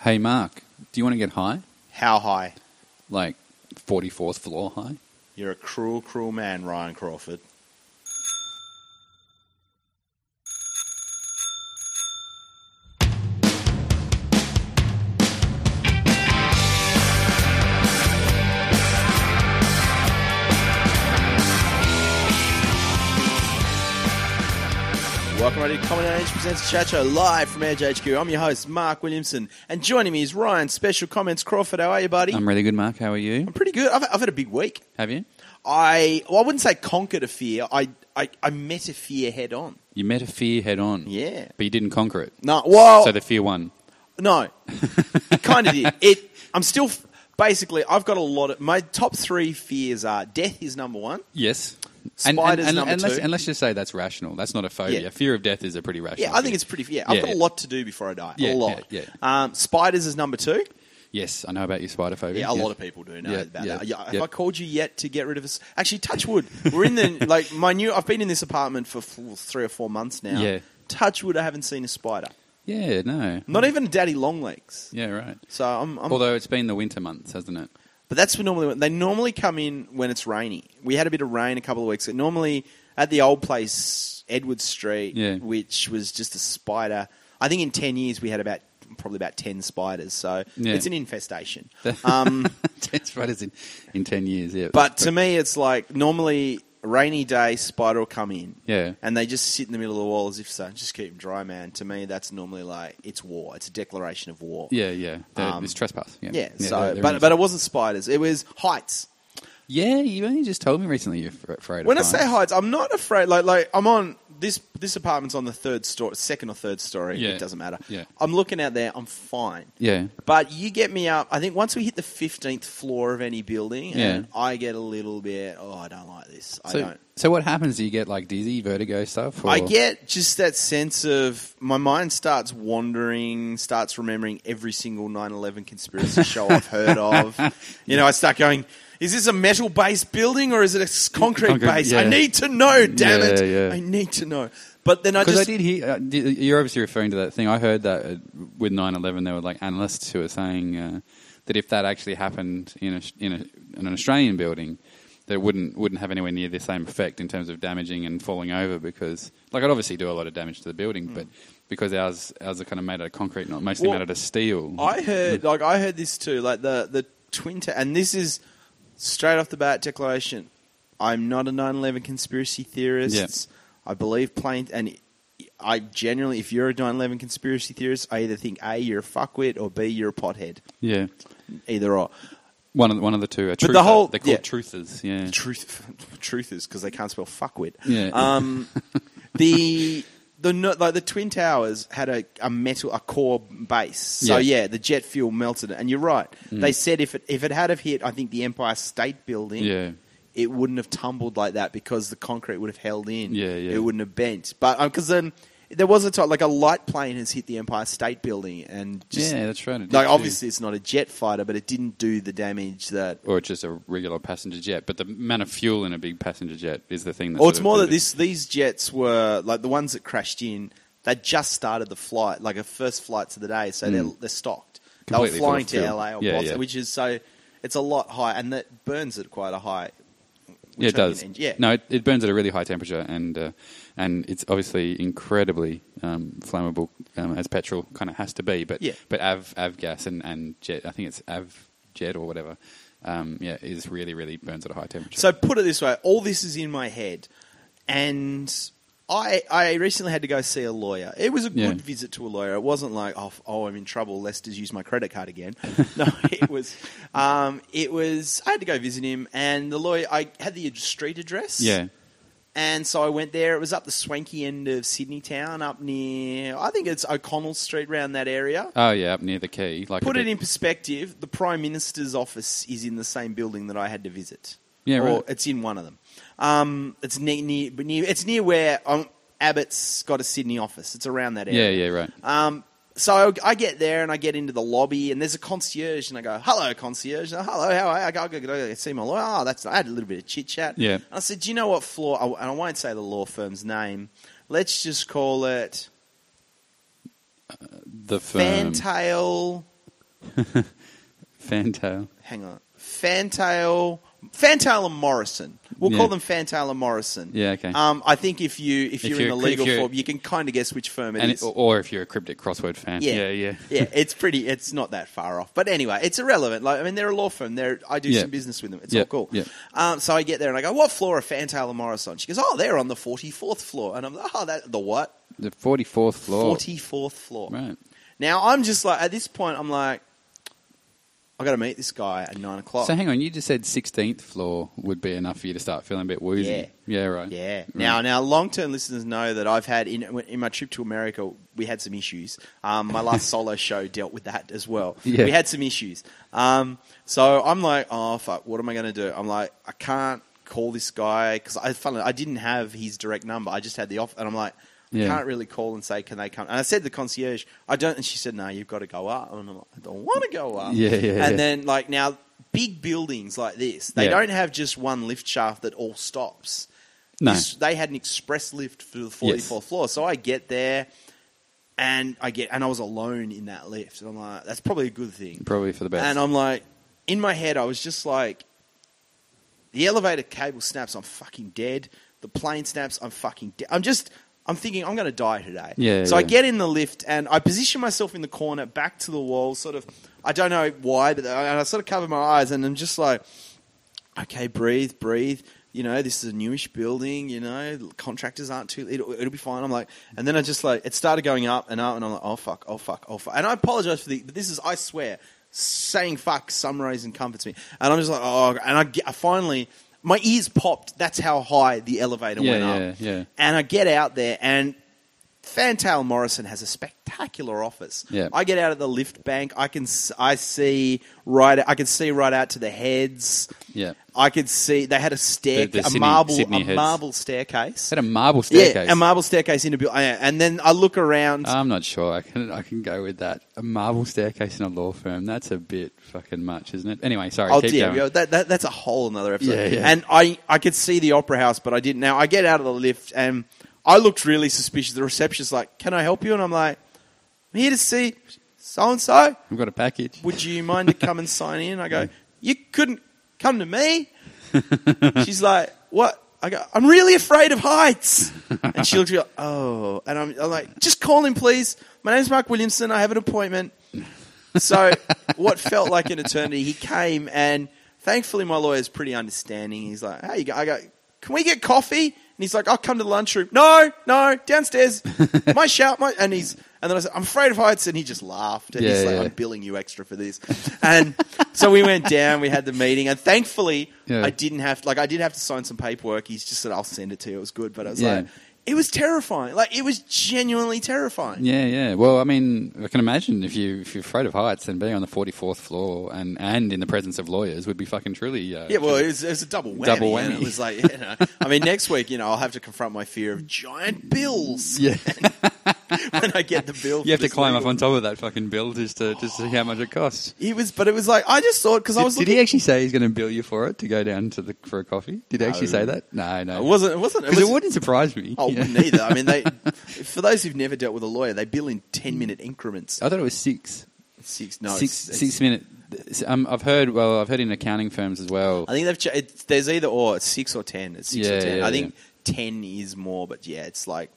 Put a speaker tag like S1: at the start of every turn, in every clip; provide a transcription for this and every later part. S1: Hey, Mark, do you want to get high?
S2: How high?
S1: Like 44th floor high?
S2: You're a cruel, cruel man, Ryan Crawford. Welcome to Comedy on Edge presents Chat Show live from Edge HQ. I'm your host, Mark Williamson, and joining me is Ryan Special Comments Crawford. How are you, buddy?
S1: I'm really good, Mark. How are you?
S2: I'm pretty good. I've, I've had a big week.
S1: Have you?
S2: I well, I wouldn't say conquered a fear. I, I, I met a fear head on.
S1: You met a fear head on.
S2: Yeah.
S1: But you didn't conquer it.
S2: No, well,
S1: So the fear won.
S2: no, it kind of did. It. I'm still f- basically. I've got a lot of my top three fears are death is number one.
S1: Yes.
S2: Spiders
S1: and,
S2: number
S1: and let's,
S2: two.
S1: and let's just say that's rational. That's not a phobia.
S2: Yeah.
S1: Fear of death is a pretty rational.
S2: Yeah, I think
S1: fear.
S2: it's pretty. Yeah, I've
S1: Yeah,
S2: got a
S1: yeah.
S2: lot to do before I die.
S1: Yeah,
S2: a lot.
S1: yeah,
S2: Um, spiders is number two.
S1: Yes, I know about your spider phobia.
S2: Yeah, a lot of people do know
S1: Yeah,
S2: about
S1: yeah,
S2: that. Yeah, have
S1: yeah.
S2: I called you yet to get rid of us? Actually, touch wood. We're in the like my new. I've been in this apartment for f- three or four months now.
S1: Yeah.
S2: Touch wood. I haven't seen a spider.
S1: Yeah, no.
S2: Not even a daddy long legs.
S1: Yeah, right.
S2: So I'm. I'm
S1: Although it's been the winter months, hasn't it?
S2: but that's what normally they normally come in when it's rainy. We had a bit of rain a couple of weeks. ago. Normally at the old place, Edward Street,
S1: Yeah.
S2: which was just a spider. I think in ten years we had about probably about ten spiders. So
S1: Yeah.
S2: it's an infestation. um,
S1: Ten spiders in, in 10 years, yeah.
S2: But to me, it's like normally rainy day spider will come in,
S1: Yeah.
S2: and they just sit in the middle of the wall as if so. Just keep them dry, man. To me, that's normally like it's war. It's a declaration of war.
S1: Yeah, yeah. They're-
S2: Um,
S1: it's trespass. Yeah,
S2: Yeah,
S1: they're-
S2: so,
S1: they're
S2: but
S1: in-
S2: but it wasn't spiders. It was heights.
S1: yeah, you only just told me recently you're f- afraid
S2: When I
S1: of flying.
S2: say heights, I'm not afraid. Like like I'm on this this apartment's on the third story, second or third story.
S1: Yeah.
S2: It doesn't matter.
S1: Yeah.
S2: I'm looking out there. I'm fine.
S1: Yeah.
S2: But you get me up. I think once we hit the fifteenth floor of any building, and
S1: Yeah.
S2: I get a little bit. Oh, I don't like this. I
S1: so,
S2: don't.
S1: so what happens? Do you get like dizzy, vertigo stuff? Or?
S2: I get just that sense of my mind starts wandering, starts remembering every single 9 11 conspiracy show I've heard of. You know, I start going, is this a metal based building or is it a s- concrete,
S1: Concrete,
S2: base? I
S1: yeah.
S2: need to know, damn
S1: Yeah,
S2: it.
S1: yeah.
S2: I need to know. But then I
S1: because
S2: just.
S1: I did hear uh, d- you're obviously referring to that thing. I heard that uh, with 9/11, there were like analysts who were saying uh, that if that actually happened in a, in, a, in an Australian building, that it wouldn't wouldn't have anywhere near the same effect in terms of damaging and falling over because like I'd obviously do a lot of damage to the building, but because ours ours are kind of made out of concrete, not mostly
S2: Mm. Well,
S1: made out of steel.
S2: I heard like I heard this too, like the the twin ta- and this is straight off the bat declaration. I'm not a 9/11 conspiracy theorist. I believe plain and I genuinely if you're a 9/11 conspiracy theorist, I either think A you're a fuckwit or B you're a pothead.
S1: yeah,
S2: Either or.
S1: one of the, one of the two. A
S2: the
S1: truther.
S2: whole-
S1: they're called
S2: yeah.
S1: truthers. Yeah,
S2: Truth truthers because they can't spell fuckwit.
S1: Yeah.
S2: Um the the no- like the twin towers had a, a metal a core base. So
S1: Yeah. Mm.
S2: yeah. the jet fuel melted it and you're right. They said if it if it had have hit I think the Empire State Building
S1: yeah.
S2: it wouldn't have tumbled like that because the concrete would have held in.
S1: Yeah, yeah.
S2: It wouldn't have bent. But because then there was a time like a light plane has hit the Empire State Building and just
S1: yeah, that's right. it did
S2: like
S1: too.
S2: obviously it's not a jet fighter, but it didn't do the damage that.
S1: or just a regular passenger jet. But the amount of fuel in a big passenger jet is the thing. That
S2: Or
S1: sort
S2: it's
S1: of-
S2: more that this these jets were like the ones that crashed in. They just started the flight, like a first flights of the day, so they're they're stocked.
S1: Mm. Completely
S2: they were flying
S1: full of
S2: to
S1: fuel.
S2: LA or
S1: Yeah,
S2: Boston,
S1: yeah.
S2: which is so it's a lot high, and that burns at quite a high.
S1: Yeah,
S2: which
S1: it
S2: I mean,
S1: does.
S2: and- yeah,
S1: No, it, it burns at a really high temperature, and uh, and it's obviously incredibly um, flammable um, as petrol kind of has to be. But
S2: Yeah.
S1: but av av gas and, and jet, I think it's av jet or whatever. Um, yeah, is really really burns at a high temperature.
S2: So put it this way, all this is in my head, and I I recently had to go see a lawyer. It was a
S1: Yeah.
S2: good visit to a lawyer. It wasn't like oh, f- oh I'm in trouble. Lester's used my credit card again. no, it was um, it was I had to go visit him, and the lawyer I had the ad- street address.
S1: yeah,
S2: and so I went there. It was up the swanky end of Sydney town, up near I think it's O'Connell Street, round that area.
S1: oh yeah, up near the key. Like a
S2: Put it
S1: bit-
S2: in perspective, the Prime Minister's office is in the same building that I had to visit.
S1: Yeah,
S2: or
S1: right.
S2: it's in one of them. Um, it's near, near, but near it's near where um, Abbott's got a Sydney office. It's around that
S1: Yeah,
S2: area.
S1: yeah, right.
S2: Um, so I get there and I get into the lobby and there's a concierge and I go, "Hello, concierge. Oh, hello, how are you? I go, I go, go, go see my lawyer. Oh, that's. I had a little bit of chit chat.
S1: Yeah.
S2: And I said, "Do you know what floor? I, and I won't say the law firm's name. Let's just call it Uh,
S1: the firm.
S2: Fantail
S1: Fantail.
S2: Hang on. Fantail. Fantail and Morrison. We'll
S1: Yeah.
S2: call them Fantail and Morrison.
S1: Yeah, okay.
S2: Um, I think if you
S1: If
S2: if you're in
S1: you're-
S2: the
S1: if
S2: legal
S1: you're-
S2: form, you can kind of guess which firm it
S1: And
S2: is.
S1: it, or if you're a cryptic crossword fan. Yeah, yeah.
S2: yeah. It's pretty. It's not that far off. But anyway, it's irrelevant. Like I mean, they're a law firm. They're I do
S1: Yeah.
S2: some business with them. It's
S1: Yeah,
S2: all cool.
S1: yeah.
S2: Um, so I get there and I go, "What floor are Fantail and Morrison?" She goes, "Oh, they're on the forty fourth floor." And I'm like, "Oh, that the what?
S1: The 44th floor.
S2: Forty fourth floor."
S1: Right.
S2: Now I'm just like at this point, I'm like, I got to meet this guy at nine o'clock.
S1: So hang on, you just said 16th floor would be enough for you to start feeling a bit woozy.
S2: Yeah.
S1: right.
S2: Yeah.
S1: Right.
S2: Now, now, long-term listeners know that I've had in in my trip to America, we had some issues. Um, my last solo show dealt with that as well.
S1: Yeah.
S2: We had some issues. Um, so I'm like, oh fuck, what am I going to do? I'm like, I can't call this guy because I funnily, I didn't have his direct number. I just had the off, and I'm like. I
S1: Yeah.
S2: Can't really call and say, can they come? And I said to the concierge, I don't. And she said, no, you've got to go up. And I'm like, I don't want to go up.
S1: Yeah, yeah,
S2: And
S1: yeah.
S2: then, like, now, big buildings like this, they
S1: Yeah.
S2: don't have just one lift shaft that all stops.
S1: No.
S2: This- they had an express lift for the 44th
S1: Yes.
S2: floor. So I get there and I get and I was alone in that lift. And I'm like, that's probably a good thing.
S1: Probably for the best.
S2: And I'm like, in my head, I was just like, the elevator cable snaps, I'm fucking dead. The plane snaps, I'm fucking dead. I'm just, I'm thinking, I'm going to die today.
S1: Yeah,
S2: so I
S1: yeah.
S2: get in the lift and I position myself in the corner, back to the wall, sort of, I don't know why, but I, and I sort of cover my eyes and I'm just like, okay, breathe, breathe. You know, this is a newish building. You know, contractors aren't too. It'll, it'll be fine. I'm like, and then I just like it started going up and up, and I'm like, oh fuck, oh fuck, oh fuck. And I apologize for the, but this is, I swear, saying fuck summaries and comforts me. And I'm just like, oh, and I, get, I finally, my ears popped. That's how high the elevator
S1: Yeah,
S2: went up.
S1: yeah, yeah.
S2: And I get out there, and Fantail Morrison has a spectacular office.
S1: Yeah.
S2: I get out of the lift bank. I can s- I see right. I can see right out to the heads.
S1: yeah.
S2: I could see they had a stair,
S1: The- the
S2: a
S1: Sydney-
S2: marble,
S1: Sydney
S2: a
S1: heads.
S2: marble staircase.
S1: Is that a marble staircase? Ah,
S2: Yeah, a marble staircase in a building. And then I look around.
S1: I'm not sure. I can I can go with that. A marble staircase in a law firm. That's a bit fucking much, isn't it? Anyway, sorry.
S2: oh
S1: keep
S2: dear,
S1: going.
S2: yeah, that, that, that's a whole another episode.
S1: Yeah, yeah.
S2: And I, I could see the opera house, but I didn't. Now I get out of the lift, and I looked really suspicious. The receptionist's like, "Can I help you?" And I'm like, "I'm here to see so and so."
S1: I've got a package.
S2: would you mind to come and sign in? I go, you couldn't come to me. She's like, what? I go, I'm really afraid of heights. And she looks at me like, oh. And I'm, I'm like, just call him, please. My name's Mark Williamson. I have an appointment. So what felt like an eternity, he came and thankfully my lawyer's pretty understanding. He's like, how you go? I go, can we get coffee? And he's like, I'll come to the lunchroom. No, no, downstairs. My shout, my and he's and then I said, I'm afraid of heights, and he just laughed. And he's
S1: Yeah,
S2: like,
S1: yeah.
S2: I'm billing you extra for this. And so we went down, we had the meeting, and thankfully
S1: Yeah.
S2: I didn't have like I did have to sign some paperwork. He's just said, I'll send it to you. It was good, but I was
S1: Yeah.
S2: like, it was terrifying. Like it was genuinely terrifying.
S1: Yeah, yeah. Well, I mean, I can imagine if you if you're afraid of heights, then being on the 44th floor and and in the presence of lawyers would be fucking truly. Uh,
S2: Yeah, well, it was, it was a double whammy.
S1: Double
S2: And
S1: whammy.
S2: it was like, you know, I mean, next week, you know, I'll have to confront my fear of giant bills
S1: yeah.
S2: when I get the bill.
S1: you have to climb up on top of that fucking bill just to just to see how much it costs.
S2: He was, but it was like I just thought because I
S1: Did,
S2: was
S1: did
S2: looking.
S1: he actually say he's going to bill you for it to go down to the for a coffee? Did he actually say that? No, no.
S2: It wasn't. It wasn't.
S1: because
S2: was,
S1: it wouldn't surprise me.
S2: Oh,
S1: Yeah.
S2: neither. I mean, they. For those who've never dealt with a lawyer, they bill in ten minute increments.
S1: I thought it was six.
S2: Six. No.
S1: six
S2: it's-
S1: six minute. Um, I've heard. Well, I've heard in accounting firms as well.
S2: I think they've. Ch- it's, there's either or. It's six or ten. It's six
S1: Yeah,
S2: or ten.
S1: yeah,
S2: I think ten is more, but yeah, it's like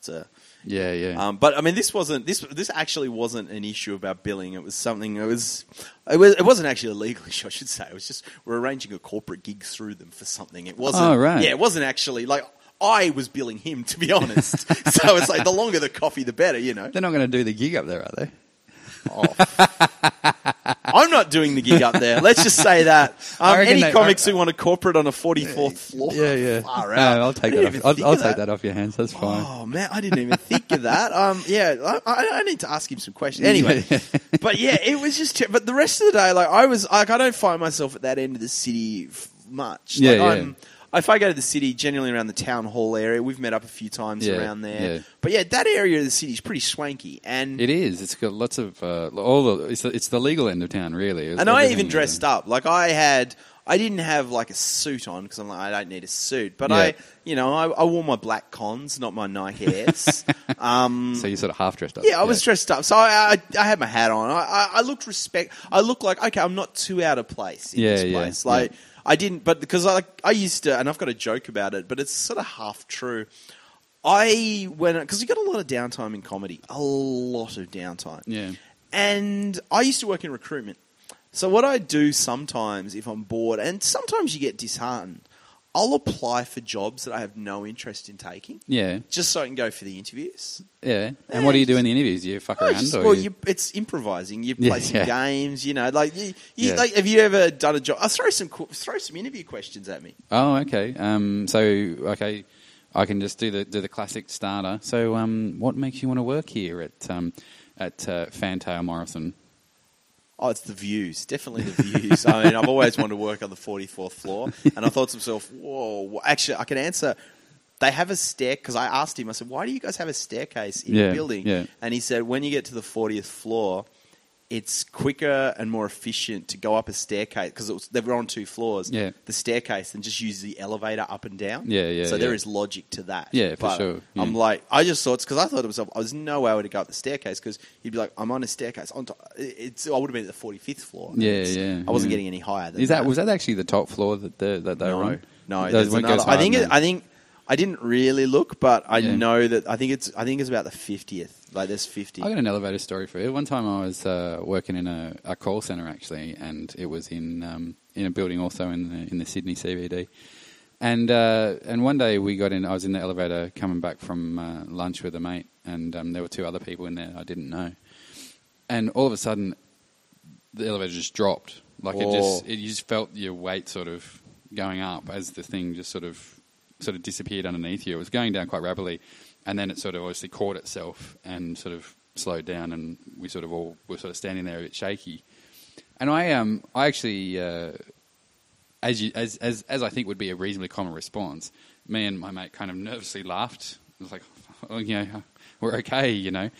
S2: it's a.
S1: Yeah, yeah.
S2: Um, but I mean, this wasn't this. This actually wasn't an issue about billing. It was something. It was. It was. It wasn't actually a legal issue. I should say. It was just we're arranging a corporate gig through them for something. It wasn't.
S1: Oh, right.
S2: Yeah, it wasn't actually like I was billing him to be honest. so it's like the longer the coffee, the better. You know.
S1: They're not going to do the gig up there, are they?
S2: I'm not doing the gig up there. Let's just say that.
S1: I
S2: Um,
S1: reckon
S2: any
S1: they-
S2: comics who want a corporate on a 44th floor.
S1: Yeah, yeah.
S2: Far
S1: No,
S2: out.
S1: I'll take that.
S2: I didn't
S1: Off,
S2: even
S1: I'll,
S2: think
S1: I'll
S2: of
S1: take that off your hands. That's fine.
S2: Oh man, I didn't even think of that. Um, yeah, I, I, I need to ask him some questions anyway.
S1: Yeah.
S2: but yeah, it was just. ter- But the rest of the day, like I was, like I don't find myself at that end of the city f- much. Like,
S1: Yeah, yeah.
S2: I'm, if I go to the city, generally around the town hall area, we've met up a few times
S1: Yeah,
S2: around there.
S1: yeah.
S2: But yeah, that area of the city is pretty swanky, and
S1: It is. It's got lots of uh, all the. It's the, it's the legal end of town, really.
S2: and I even dressed up. Like I had, I didn't have like a suit on because I'm like I don't need a suit. But
S1: Yeah.
S2: I, you know, I, I wore my black cons, not my Nike Airs. um,
S1: So you sort of half dressed up.
S2: yeah, I was dressed up, so I, I, I had my hat on. I, I, I looked respect. I looked like okay, I'm not too out of place in
S1: Yeah,
S2: this
S1: yeah,
S2: place. Like I didn't, but because I I used to, and I've got a joke about it, but it's sort of half true. I went because you got a lot of downtime in comedy, a lot of downtime.
S1: Yeah.
S2: And I used to work in recruitment. So what I do sometimes if I'm bored and sometimes you get disheartened, I'll apply for jobs that I have no interest in taking
S1: Yeah,
S2: just so I can go for the interviews.
S1: yeah. And
S2: Yeah,
S1: what do you do
S2: just-
S1: in the interviews? Do you fuck
S2: No,
S1: around?
S2: it's Oh, just-
S1: or
S2: well,
S1: you-
S2: you, it's improvising. You
S1: Yeah,
S2: play some
S1: yeah.
S2: games. You know, like you, you
S1: Yeah.
S2: like. Have you ever done a job? I'll throw some qu- throw some interview questions at me.
S1: Oh, okay. Um, so okay, I can just do the do the classic starter. So, um, what makes you want to work here at um, at uh, Fantail Morrison?
S2: Oh, it's the views. Definitely the views. I mean, I've always wanted to work on the forty fourth floor, and I thought to myself, "Whoa!" wh- Actually, I can answer. They have a stair because I asked him. I said, "Why do you guys have a staircase in
S1: Yeah,
S2: the building?"
S1: yeah.
S2: And he said, "When you get to the fortieth floor." It's quicker and more efficient to go up a staircase because they were on two floors.
S1: Yeah.
S2: The staircase and just use the elevator up and down.
S1: Yeah, yeah,
S2: So there
S1: yeah.
S2: is logic to that.
S1: Yeah, for
S2: But
S1: sure, yeah.
S2: I'm like, I just thought because I thought to myself, I was no way I would go up the staircase because you'd be like, I'm on a staircase. On top, it's I would have been at the 45th floor.
S1: Yeah,
S2: It's-
S1: yeah,
S2: I wasn't
S1: yeah.
S2: getting any higher. Than
S1: Is that was that actually the top floor that the, that they
S2: no,
S1: were on?
S2: no?
S1: Those
S2: there's
S1: won't go
S2: another-
S1: as
S2: I
S1: hard
S2: think
S1: now.
S2: it, I think I didn't really look, but I
S1: Yeah.
S2: know that I think it's I think it's about the 50th. Like there's 50.
S1: I got an elevator story for you. One time I was uh, working in a, a call center actually, and it was in um, in a building also in the in the Sydney CBD. And uh, and one day we got in. I was in the elevator coming back from uh, lunch with a mate, and um, there were two other people in there I didn't know. And all of a sudden, the elevator just dropped. Like it just
S2: Whoa.
S1: it, you just felt your weight sort of going up as the thing just sort of sort of disappeared underneath you. It was going down quite rapidly, and then it sort of obviously caught itself and sort of slowed down, and we sort of all were sort of standing there a bit shaky. And I um I actually uh, as you as, as as I think would be a reasonably common response, me and my mate kind of nervously laughed. It was like, oh, you know, we're okay, you know.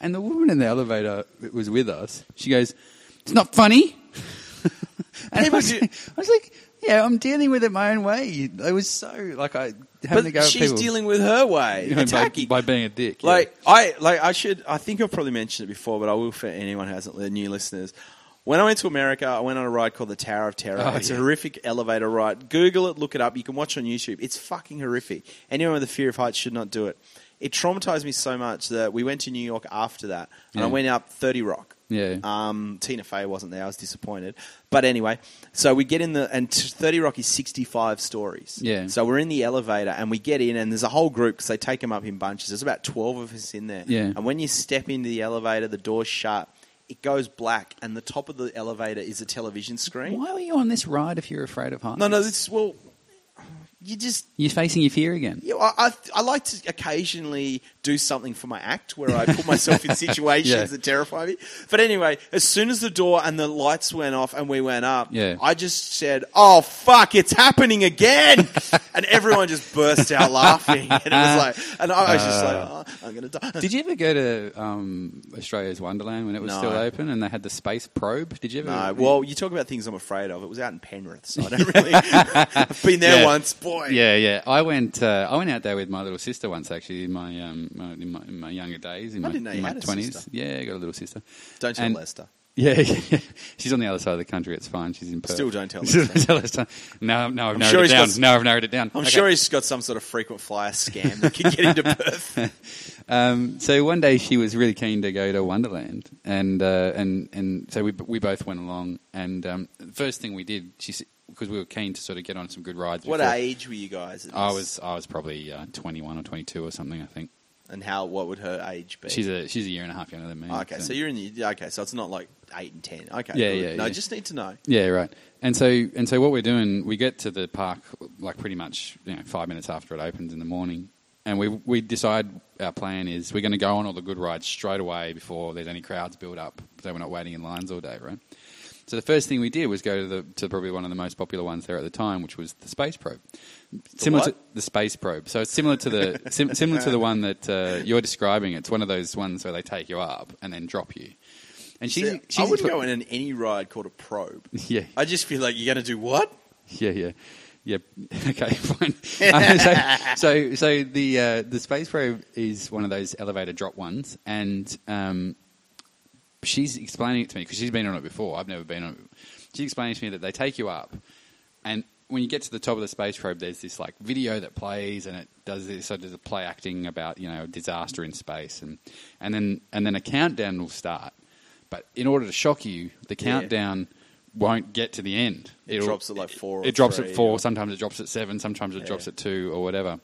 S1: And the woman in the elevator that was with us, she goes, "It's not funny." and I
S2: People
S1: was,
S2: do-
S1: like, I was like, "Yeah, I'm dealing with it my own way." I was so like I having to
S2: but
S1: go at
S2: she's
S1: people,
S2: dealing with her way.
S1: you know, by,
S2: attacking.
S1: by being a dick. yeah.
S2: Like I like I should I think I've probably mentioned it before, but I will for anyone who hasn't the new listeners. When I went to America, I went on a ride called the Tower of Terror.
S1: Oh,
S2: it's
S1: yeah.
S2: a horrific elevator ride. Google it, look it up. You can watch it on YouTube. It's fucking horrific. Anyone with a fear of heights should not do it. It traumatized me so much that we went to New York after that, and I
S1: Yeah.
S2: went up Thirty Rock.
S1: yeah,
S2: Um, Tina Fey wasn't there. I was disappointed. But anyway, so we get in the and t- Thirty Rock is sixty-five stories.
S1: Yeah.
S2: So we're in the elevator and we get in and there's a whole group because they take them up in bunches. There's about twelve of us in there.
S1: Yeah.
S2: And when you step into the elevator, the door's shut. It goes black, and the top of the elevator is a television screen.
S1: why were you on this ride if you're afraid of heights?
S2: No, no, this well, you just
S1: you're facing your fear again.
S2: you know, I, I I like to occasionally do something for my act where I put myself in situations
S1: Yeah.
S2: that terrify me. But anyway, as soon as the door and the lights went off and we went up,
S1: Yeah.
S2: I just said, "Oh fuck, it's happening again!" and everyone just burst out laughing, and it was like, and I was just like, oh, "I'm gonna die."
S1: Did you ever go to um, Australia's Wonderland when it was
S2: No.
S1: still open and they had the space probe? Did you ever?
S2: no, well, you talk about things I'm afraid of. It was out in Penrith, so I don't really. I've been there
S1: Yeah.
S2: once, boy.
S1: yeah, yeah. I went. Uh, I went out there with my little sister once, actually, in my um, my, in, my, in my younger days, in
S2: I
S1: my
S2: didn't know
S1: in
S2: you
S1: my
S2: had a
S1: twenties.
S2: sister.
S1: Yeah, I got a little sister.
S2: Don't tell
S1: And-
S2: Lester.
S1: Yeah, yeah. she's on the other side of the country. It's fine. She's in Perth.
S2: Still don't tell
S1: Still don't
S2: us
S1: tell us. No, no, I've narrowed
S2: sure
S1: it
S2: he's
S1: down.
S2: got-
S1: No, I've narrowed it down.
S2: I'm
S1: Okay.
S2: sure he's got some sort of frequent flyer scam that could get into Perth.
S1: Um, so one day she was really keen to go to Wonderland, and uh, and and so we we both went along. And um, the first thing we did, she because we were keen to sort of get on some good rides.
S2: What
S1: before-
S2: age were you guys? At this?
S1: I was I was probably uh, 21 or 22 or something. I think
S2: and how? What would her age be?
S1: she's a she's a year and a half younger than me.
S2: okay. So you're in the okay. So it's not like eight and ten. Okay,
S1: Yeah,
S2: good.
S1: yeah,
S2: No,
S1: yeah.
S2: just need to know.
S1: yeah, right. And so and so what we're doing, we get to the park like pretty much you know five minutes after it opens in the morning, and we we decide our plan is we're going to go on all the good rides straight away before there's any crowds build up, so we're not waiting in lines all day, right? So the first thing we did was go to the to probably one of the most popular ones there at the time, which was the space probe. similar
S2: what?
S1: to the space probe. So it's similar to the sim, similar to the one that uh, you're describing. It's one of those ones where they take you up and then drop you. And she's,
S2: See,
S1: she's
S2: I wouldn't
S1: expe-
S2: go in an any ride called a probe.
S1: Yeah,
S2: I just feel like you're going to do what?
S1: yeah, yeah. Yep. Okay. Fine. Um, so, so, so the uh, the space probe is one of those elevator drop ones, and um, she's explaining it to me because she's been on it before. I've never been on it. She's explaining to me that they take you up, and when you get to the top of the space probe, there's this like video that plays, and it does this sort of play acting about you know disaster in space, and and then and then a countdown will start. But in order to shock you, the countdown won't get to the end.
S2: It drops at, like, four or
S1: It, drops
S2: three,
S1: at four.
S2: or-
S1: Sometimes it drops at seven. Sometimes it
S2: Yeah.
S1: drops at two or whatever.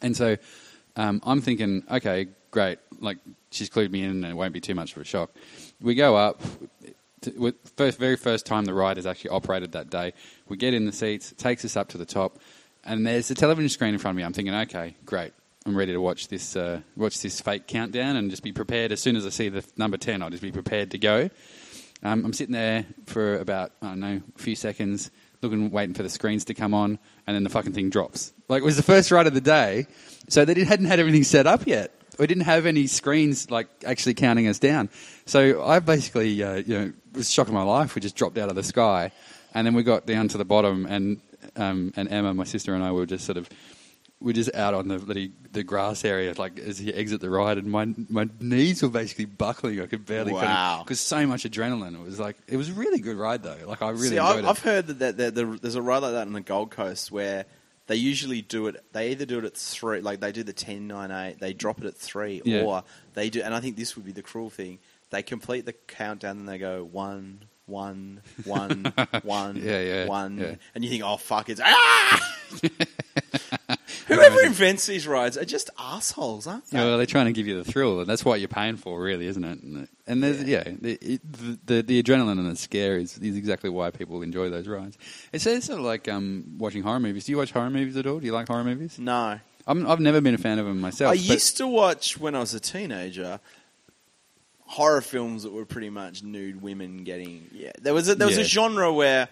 S1: And so um, I'm thinking, okay, great. Like she's clued me in, and it won't be too much of a shock. We go up. t- with First, very first time the ride has actually operated that day. We get in the seats. It takes us up to the top, and there's the television screen in front of me. I'm thinking, okay, great. I'm ready to watch this uh, watch this fake countdown and just be prepared. As soon as I see the number ten, I'll just be prepared to go. Um, I'm sitting there for about I don't know a few seconds, looking, waiting for the screens to come on, and then the fucking thing drops. Like it was the first ride of the day, so they didn't- hadn't had everything set up yet. We didn't have any screens like actually counting us down. So I basically, uh, you know, it was the shock of my life. We just dropped out of the sky, and then we got down to the bottom, and um, and Emma, my sister, and I were just sort of we're just out on the bloody the grass area, like as you exit the ride, and my my knees were basically buckling. I could barely
S2: Wow.
S1: because so much adrenaline. It was like it was a really good ride though. Like I really
S2: See,
S1: enjoyed
S2: I've,
S1: it.
S2: I've heard that, that, that there- there's a ride like that on the Gold Coast where they usually do it. They either do it at three, like they do the ten nine eight, they drop it at three,
S1: Yeah.
S2: or they do. And I think this would be the cruel thing. They complete the countdown and they go one, one, one, one,
S1: Yeah, yeah,
S2: one,
S1: yeah.
S2: and you think, oh fuck, it's ah! Whoever invents these rides are just assholes, aren't they?
S1: Yeah, well, they're trying to give you the thrill, and that's what you're paying for, really, isn't it? And- And there's, yeah, the, it, the, the the adrenaline and the scare is, is exactly why people enjoy those rides. It's sort of- sort of like um, watching horror movies. Do you watch horror movies at all? Do you like horror movies?
S2: No,
S1: I'm, I've never been a fan of them myself.
S2: I
S1: but-
S2: used to watch when I was a teenager horror films that were pretty much nude women getting. Yeah, there was a, there was
S1: Yeah.
S2: a genre where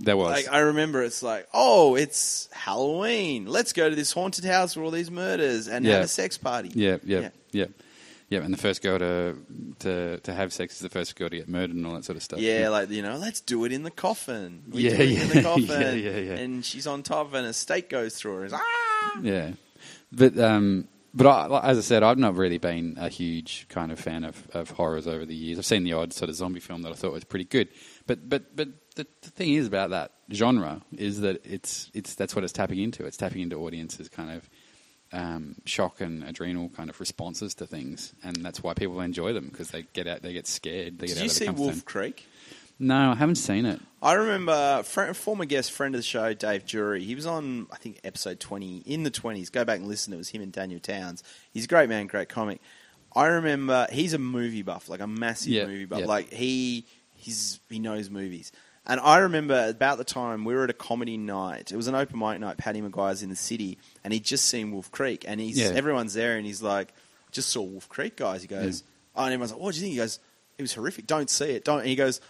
S1: There was.
S2: like I remember it's like, oh, it's Halloween. Let's go to this haunted house with all these murders and
S1: Yeah.
S2: have a sex party.
S1: Yeah, yeah, yeah,
S2: Yeah.
S1: yeah. and the first girl to to to have sex is the first girl to get murdered and all that sort of stuff.
S2: Yeah, like you know, let's do it in the coffin. We
S1: Yeah,
S2: do it in
S1: yeah,
S2: the coffin,
S1: yeah, yeah, yeah.
S2: and she's on top, and a stake goes through her. It's, ah!
S1: yeah. But um, but I, like- as I said, I've not really been a huge kind of fan of, of horrors over the years. I've seen the odd sort of zombie film that I thought was pretty good. But but but the, the thing is about that genre is that it's it's that's what it's tapping into. It's tapping into audiences kind of. Um, shock and adrenal kind of responses to things, and that's why people enjoy them because they get out, they get scared. They get
S2: Did
S1: out
S2: you
S1: of the
S2: see
S1: comfort
S2: Wolf
S1: zone.
S2: Creek?
S1: No, I haven't seen it.
S2: I remember fr- former guest, friend of the show, Dave Jury. He was on, I think, episode twenty in the twenties. Go back and listen. It was him and Daniel Towns. He's a great man, great comic. I remember he's a movie buff, like a massive
S1: Yeah,
S2: movie buff.
S1: yeah.
S2: Like he, he's he knows movies. And I remember about the time we were at a comedy night. It was an open mic night. Paddy McGuire's in the city, and he'd just seen Wolf Creek, and he's
S1: Yeah.
S2: everyone's there, and he's like, "Just saw Wolf Creek, guys." He goes, "Oh," and everyone's like, "What do you think?" He goes, "It was horrific. Don't see it. Don't." And he goes,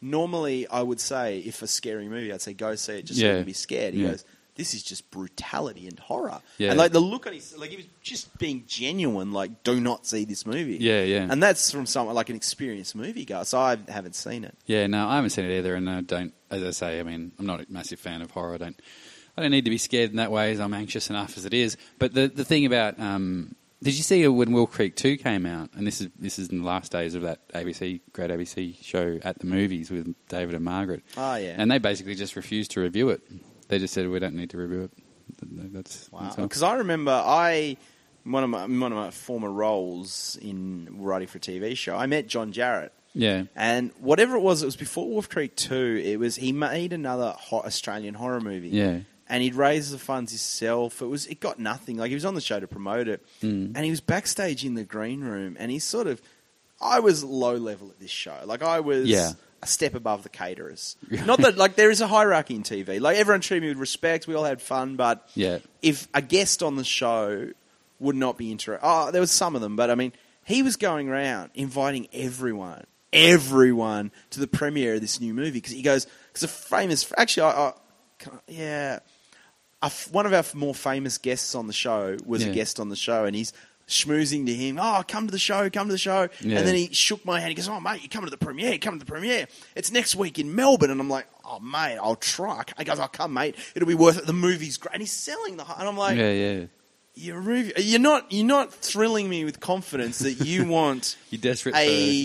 S2: normally I would say if a scary movie, I'd say go see it just so
S1: Yeah.
S2: you can be scared. He
S1: Yeah.
S2: goes, this is just brutality and horror.
S1: Yeah.
S2: And like the look on his, like he was just being genuine. Like, do not see this movie.
S1: Yeah, yeah.
S2: And that's from someone like an experienced movie guy. So I haven't seen it.
S1: Yeah, no, I haven't seen it either, and I don't. As I say, I mean, I'm not a massive fan of horror. I don't. I don't need to be scared in that way. As I'm anxious enough as it is. But the the thing about um, did you see when Will Creek Two came out? And this is this is in the last days of that ABC great ABC show at the movies with David and Margaret.
S2: Oh, yeah.
S1: And they basically just refused to review it. They just said we don't need to review it. That's
S2: Wow.
S1: that's all.
S2: Because I remember I one of my in one of my former roles in writing for a TV show, I met John Jarrett.
S1: yeah.
S2: And whatever it was, it was before Wolf Creek 2. It was he made another ho- Australian horror movie.
S1: Yeah.
S2: And he'd raised the funds himself. It was it got nothing. Like he was on the show to promote it.
S1: Mm.
S2: And he was backstage in the green room and he sort of I was low level at this show. Like I was
S1: Yeah.
S2: a step above the caterers. Not that like there is a hierarchy in TV. Like everyone treated me with respect. We all had fun, but
S1: Yeah.
S2: if a guest on the show would not be interested. Oh, there was some of them, but I mean, he was going around inviting everyone everyone to the premiere of this new movie because he goes because a famous actually I, I, can I- yeah a f one of our more famous guests on the show was
S1: Yeah.
S2: a guest on the show and he's schmoozing to him oh come to the show come to the show
S1: Yeah.
S2: and then he shook my hand he goes oh mate you coming to the premiere come to the premiere it's next week in Melbourne and I'm like oh mate I'll try he goes I'll come mate it'll be worth it the movie's great and he's selling the hy-" and I'm like
S1: yeah, yeah.
S2: you're rev- you're not you're not thrilling me with confidence that you want
S1: You're desperate
S2: a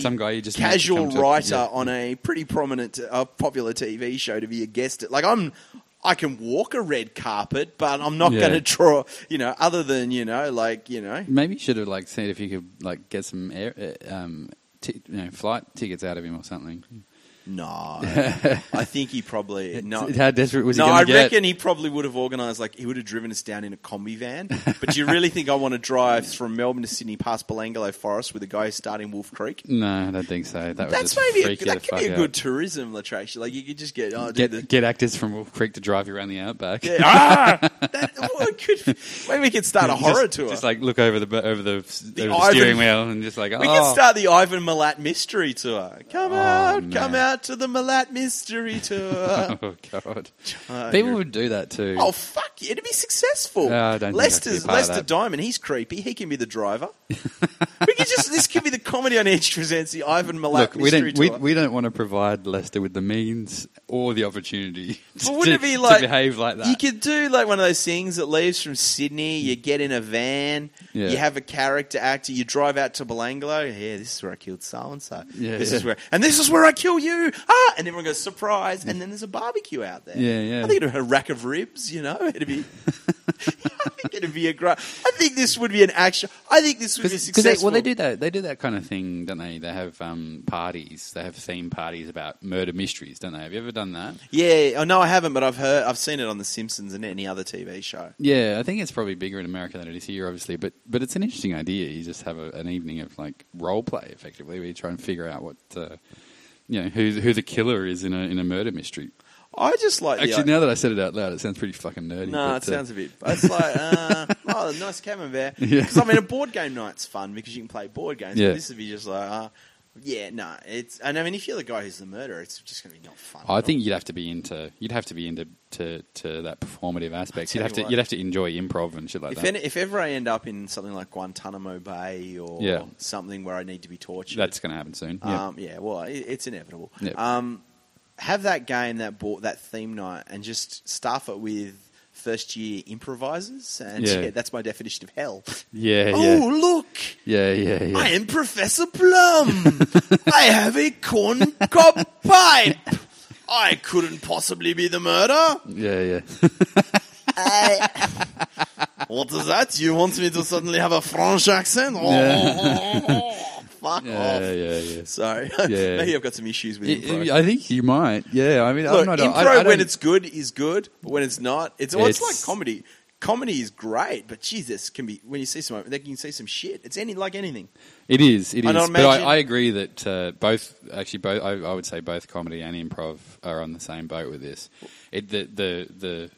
S1: for Uh, some guy you just met to
S2: casual
S1: come to-
S2: writer
S1: yeah.
S2: on a pretty prominent, uh, popular TV show to be a guest. At. Like I'm, I can walk a red carpet, but I'm not
S1: Yeah.
S2: going to draw. You know, other than you know, like you know,
S1: Maybe you should have like seen if you could like get some air, uh, um, ti you know, flight tickets out of him or something.
S2: no. I think he probably no.
S1: How desperate was
S2: no,
S1: he?
S2: I
S1: gonna get?
S2: reckon he probably would have organised, like, he would have driven us down in a combi van. But do you really think I want to drive from Melbourne to Sydney past Belangolo Forest with a guy starting Wolf Creek?
S1: No, I don't think so. That would
S2: That's
S1: Oh, just
S2: maybe
S1: freak
S2: a,
S1: you
S2: that
S1: the
S2: could
S1: fuck
S2: be a
S1: out.
S2: good tourism attraction. Like you could just get oh, do
S1: Get,
S2: the,
S1: get actors from Wolf Creek to drive you around the outback.
S2: yeah. ah, that, well, it could, maybe we could start a horror
S1: just,
S2: tour.
S1: Just like look over the over the, over the
S2: Ivan-
S1: steering wheel and just like
S2: we
S1: oh.
S2: could start the Ivan Milat mystery tour. Come
S1: Oh,
S2: out, come
S1: man.
S2: out to the Milat mystery tour.
S1: oh god,
S2: Uh,
S1: people
S2: you're-
S1: would do that too.
S2: Oh fuck! yeah, It'd be successful.
S1: No, I don't think I could be
S2: Lester's
S1: a part of
S2: Lester
S1: that.
S2: Diamond. He's creepy. He can be the driver. we could just this could be the comedy on Edge presents the Ivan Milat
S1: Look, we
S2: mystery
S1: don't we,
S2: tour.
S1: we don't want to provide Leicester with the means or the opportunity to,
S2: But wouldn't it be
S1: to
S2: like
S1: behave like that. Mm.
S2: You could do like one of those things that leaves from Sydney. You get in a van.
S1: Yeah.
S2: You have a character actor. You drive out to Belanglo. Yeah, this is where I killed so and so.
S1: Yeah,
S2: This
S1: yeah.
S2: is where, and this is where I kill you. Ah, and everyone goes surprise. And then there's a barbecue out there.
S1: Yeah, yeah.
S2: I think it'd have a rack of ribs. You know, it'd be. I think it'd be a great. I think this would be an action. I think this would be
S1: Because they,
S2: successful.
S1: well, they do that. They do that kind of thing, don't they? They have um, parties. They have theme parties about murder mysteries, don't they? Have you ever done that?
S2: Yeah. Oh no, I haven't, but I've heard. I've seen it on The Simpsons and any other TV show.
S1: Yeah, I think it's probably bigger in America than it is here, obviously. But but it's an interesting idea. You just have a, an evening of like role play, effectively, where you try and figure out what uh, you know who who the killer is in a in a murder mystery.
S2: I just like the,
S1: Actually, now that I said it out loud, it sounds pretty fucking nerdy.
S2: No,
S1: but,
S2: it
S1: uh,
S2: sounds a bit. It's like, uh, oh, nice camembert.
S1: Yeah.
S2: Because I mean, a board game night's fun because you can play board games.
S1: Yeah.
S2: But this would be just like, uh, yeah, no, it's. And I mean, if you're the guy who's the murderer, it's just going to be not fun.
S1: I think you'd have to be into you'd have to be into to, to that performative aspect.
S2: tell
S1: You'd have
S2: you
S1: to
S2: what.
S1: you'd have to enjoy improv and shit like
S2: If,
S1: that.
S2: any, if ever I end up in something like Guantanamo Bay or
S1: Yeah.
S2: something where I need to be tortured,
S1: That's going to happen soon. Yeah.
S2: um, yeah, well, it, it's inevitable.
S1: Yeah.
S2: Um, have that game, that board, that theme night, and just staff it with first year improvisers. And
S1: Yeah.
S2: yeah, that's my definition of hell.
S1: yeah, yeah,
S2: Oh, look!
S1: yeah, yeah, yeah.
S2: I am Professor Plum. I have a corn cob pipe. I couldn't possibly be the murderer.
S1: yeah, yeah.
S2: What is that? You want me to suddenly have a French accent? Oh, Fuck
S1: Yeah,
S2: off.
S1: yeah, yeah.
S2: Sorry.
S1: Yeah.
S2: Maybe I've got some issues with improv.
S1: I think you might. Yeah, I mean,
S2: Look,
S1: I'm not.
S2: improv
S1: I, I don't-
S2: when it's good is good, but when it's not, it's, well, it's,
S1: It's-
S2: like comedy. Comedy is great, but Jesus, can be when you see some, they can see some shit. It's any like anything.
S1: It is. It is.
S2: I don't
S1: but I,
S2: imagine-
S1: I agree that uh, both, actually, both. I, I would say both comedy and improv are on the same boat with this. It, the the the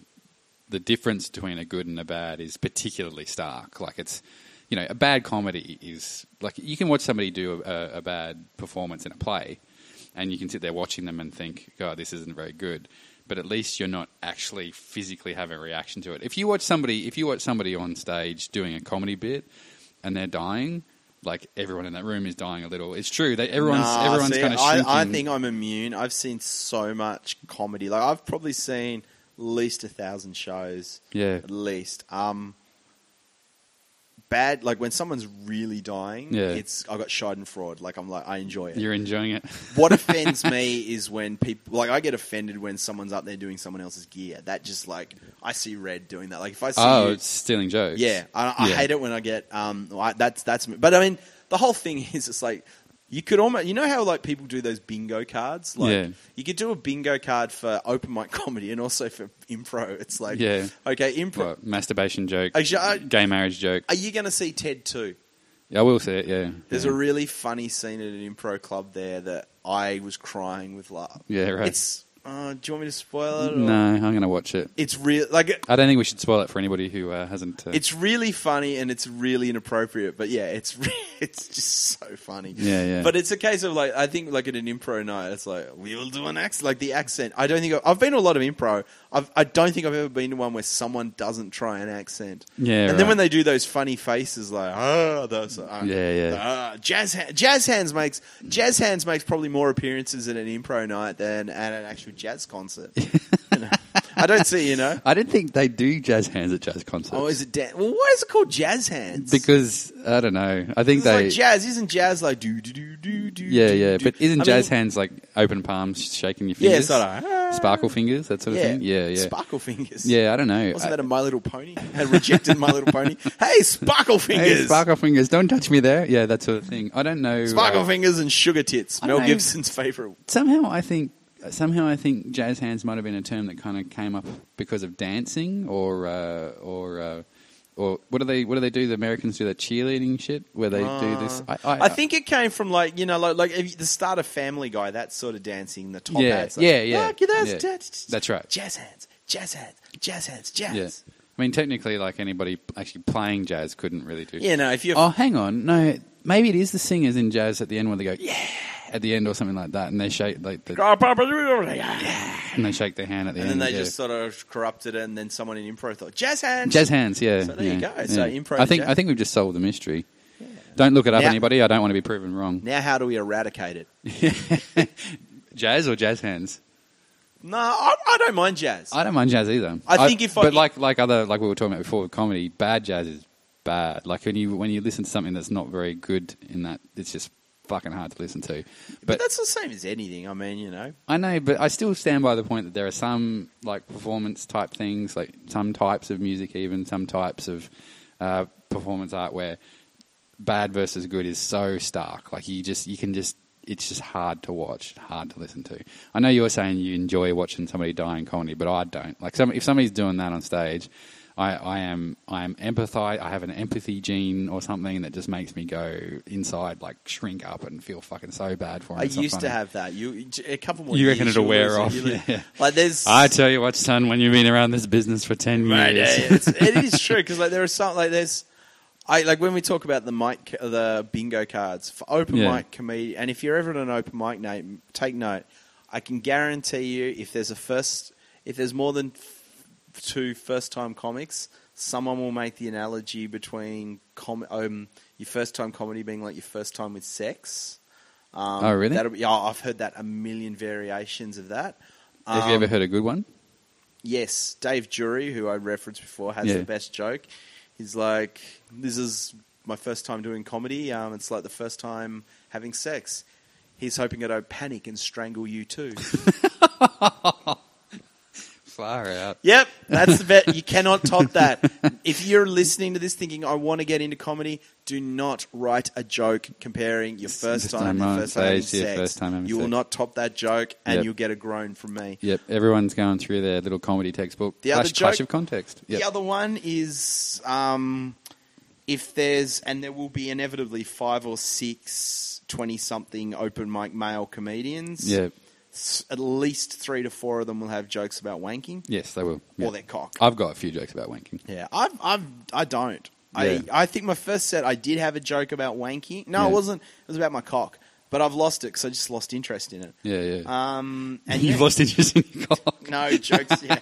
S1: the difference between a good and a bad is particularly stark. Like it's, you know, a bad comedy is like you can watch somebody do a, a bad performance in a play, and you can sit there watching them and think, "God, this isn't very good." But at least you're not actually physically having a reaction to it. If you watch somebody, if you watch somebody on stage doing a comedy bit, and they're dying, like everyone in that room is dying a little. It's true. They, everyone's
S2: Nah,
S1: everyone's
S2: see,
S1: kind of shrinking.
S2: I, I think I'm immune. I've seen so much comedy. Like I've probably seen at least a thousand shows.
S1: Yeah.
S2: At least. Um bad like when someone's really dying,
S1: Yeah.
S2: it's I got schadenfreude. Like I'm like I enjoy it.
S1: you're enjoying it.
S2: what offends me is when people like I get offended when someone's up there doing someone else's gear. That just like I see red doing that. Like if I see
S1: Oh,
S2: you,
S1: it's stealing jokes.
S2: yeah, I, I
S1: Yeah.
S2: hate it when I get um. I, that's that's. But I mean, the whole thing is it's like you could almost you know how like people do those bingo cards. Like
S1: Yeah.
S2: you could do a bingo card for open mic comedy and also for improv. It's like
S1: Yeah.
S2: okay, improv.
S1: What, masturbation joke,
S2: Actually, I-
S1: gay marriage joke.
S2: Are you going to see Ted too?
S1: Yeah, I will say it. Yeah,
S2: There's
S1: yeah.
S2: a really funny scene at an improv club there that I was crying with laugh.
S1: yeah, right.
S2: It's. Uh, do you want me to spoil it? or-
S1: no, I'm going to watch it.
S2: It's real. Like
S1: I don't think we should spoil it for anybody who uh, hasn't. Uh,
S2: it's really funny and it's really inappropriate. But yeah, it's. Re- it's just so funny.
S1: Yeah, yeah.
S2: But it's a case of like I think like at an improv night, it's like we will do an accent. Like the accent, I don't think I've, I've been to a lot of improv. I've, I don't think I've ever been to one where someone doesn't try an accent.
S1: Yeah,
S2: and then
S1: right.
S2: when they do those funny faces, like oh, those, uh,
S1: Yeah, yeah.
S2: uh, jazz Han- jazz hands makes jazz hands makes probably more appearances at an improv night than at an actual jazz concert. You know? I don't see, you know.
S1: I don't think they do jazz hands at jazz concerts.
S2: Oh, is it dan- well? Why is it called jazz hands?
S1: because I don't know. I think
S2: It's like
S1: they.
S2: jazz. Isn't jazz like do do do do do?
S1: yeah, yeah.
S2: do,
S1: But
S2: do?
S1: isn't
S2: I
S1: jazz
S2: mean,
S1: hands like open palms, shaking your fingers?
S2: Yeah, it's not like,
S1: sparkle fingers, that sort of thing. Yeah, yeah,
S2: Sparkle fingers.
S1: yeah. I don't know.
S2: Wasn't
S1: I-
S2: that a My Little Pony? Had rejected My Little Pony. Hey, sparkle fingers.
S1: Hey, sparkle fingers, don't touch me there. Yeah, that sort of thing. I don't know.
S2: Sparkle
S1: uh,
S2: fingers and sugar tits.
S1: I
S2: Mel
S1: know.
S2: Gibson's favorite.
S1: somehow I think somehow I think jazz hands might have been a term that kind of came up because of dancing or uh, or uh, or what do they what do they do? The Americans do that cheerleading shit where they do this. I, I,
S2: Uh, Ah. I think it came from like you know like like if you- the start of Family Guy that sort of dancing the top
S1: Yeah,
S2: hats
S1: yeah, yeah,
S2: "Look, that's,
S1: yeah.
S2: that's-
S1: That's right.
S2: jazz hands jazz hands jazz hands
S1: yeah.
S2: jazz
S1: I mean, technically, like anybody actually playing jazz couldn't really do.
S2: you know if you're
S1: Oh, hang on. No, maybe it is the singers in jazz at the end where they go yeah at the end or something like that, and they shake like the,
S2: "Ah."
S1: and they shake their hand at the
S2: and
S1: end.
S2: then they
S1: yeah.
S2: just sort of corrupted it and then someone in improv thought jazz hands
S1: Jazz hands, yeah.
S2: So there you
S1: yeah,
S2: go. So
S1: yeah.
S2: improv
S1: I think
S2: jazz.
S1: I think we've just solved the mystery. Don't look it up,
S2: Now-
S1: anybody. I don't want to be proven wrong.
S2: now how do we eradicate it
S1: jazz or jazz hands?
S2: no I, I don't mind jazz
S1: I don't mind jazz either.
S2: I think if I-
S1: but like like other like we were talking about before with comedy, bad jazz is bad. Like when you when you listen to something that's not very good in that, it's just fucking hard to listen to.
S2: but, that's the same as anything I mean you know
S1: I know, but I still stand by the point that there are some like performance type things, like some types of music, even some types of uh, performance art, where bad versus good is so stark. Like you just you can just it's just hard to watch, hard to listen to. I know you're saying you enjoy watching somebody die in comedy, but I don't. Like some, if somebody's doing that on stage, I, I am I am empathize. I have an empathy gene or something that just makes me go inside, like shrink up and feel fucking so bad for. 'em.
S2: I
S1: It's not
S2: used to
S1: funny.
S2: have that you a couple more
S1: You
S2: years,
S1: reckon it'll
S2: you'll
S1: wear
S2: lose it.
S1: off,
S2: You-
S1: yeah.
S2: like there's
S1: I tell you what, son, when you've been around this business for 10 years.
S2: Right, yeah, yeah. it's, it is true because like there are some like there's, I like when we talk about the mic the bingo cards for open
S1: Yeah.
S2: mic comedian, and if you're ever at an open mic, Nate, take note. I can guarantee you, if there's a first, if there's more than f- two first time comics, someone will make the analogy between com- um, your first time comedy being like your first time with sex. Um,
S1: Oh, really?
S2: That'll be, yeah, I've heard that a million variations of that.
S1: Have you ever heard a good one?
S2: Yes, Dave Jury, who I referenced before, has
S1: Yeah.
S2: the best joke. He's like, "This is my first time doing comedy. Um, it's like the first time having sex." He's hoping I don't panic and strangle you too.
S1: Far out.
S2: yep, that's the bet. You cannot top that. If you're listening to this thinking, "I want to get into comedy," do not write a joke comparing your first
S1: First
S2: time,
S1: time
S2: and
S1: on
S2: your first time having
S1: stage, yeah,
S2: sex.
S1: first time having
S2: you will
S1: sex.
S2: not top that joke, and
S1: Yep.
S2: you'll get a groan from me.
S1: Yep, everyone's going through their little comedy textbook.
S2: The
S1: Clash,
S2: other joke-
S1: Clash of Context. Yep.
S2: The other one is um, if there's, and there will be inevitably five or six 20 something open mic male comedians.
S1: Yep.
S2: S- At least three to four of them will have jokes about wanking
S1: Yes, they will.
S2: or
S1: Yep.
S2: their cock.
S1: I've got a few jokes about wanking.
S2: yeah, I've, I've, I don't.
S1: Yeah.
S2: I, I think my first set, I did have a joke about wanking. No,
S1: Yeah.
S2: it wasn't. It was about my cock. But I've lost it because I just lost interest in it.
S1: Yeah, yeah.
S2: Um, and
S1: You've
S2: yeah,
S1: lost interest in your cock.
S2: no jokes. Yeah.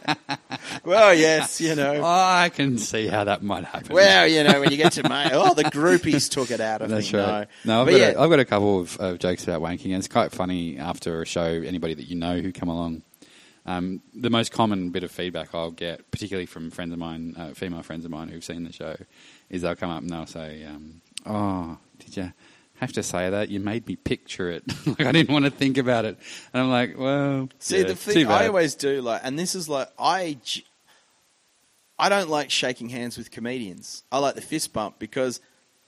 S2: well, yes, you know.
S1: Oh, I can see how that might happen.
S2: Well, you know, when you get to May, oh, the groupies took it out of
S1: That's
S2: me.
S1: right.
S2: No,
S1: No, I've
S2: but
S1: got,
S2: yeah,
S1: a, I've got a couple of, of jokes about wanking, and it's quite funny after a show. Anybody that you know who come along, um, the most common bit of feedback I'll get, particularly from friends of mine, uh, female friends of mine who've seen the show, is they'll come up and they'll say, um, "Oh, did you?" Have to say that you made me picture it. like I didn't want to think about it, and I'm like, well,
S2: see,
S1: yeah,
S2: the
S1: too
S2: thing
S1: bad.
S2: I always do, like, and this is like, I, j- I don't like shaking hands with comedians. I like the fist bump because,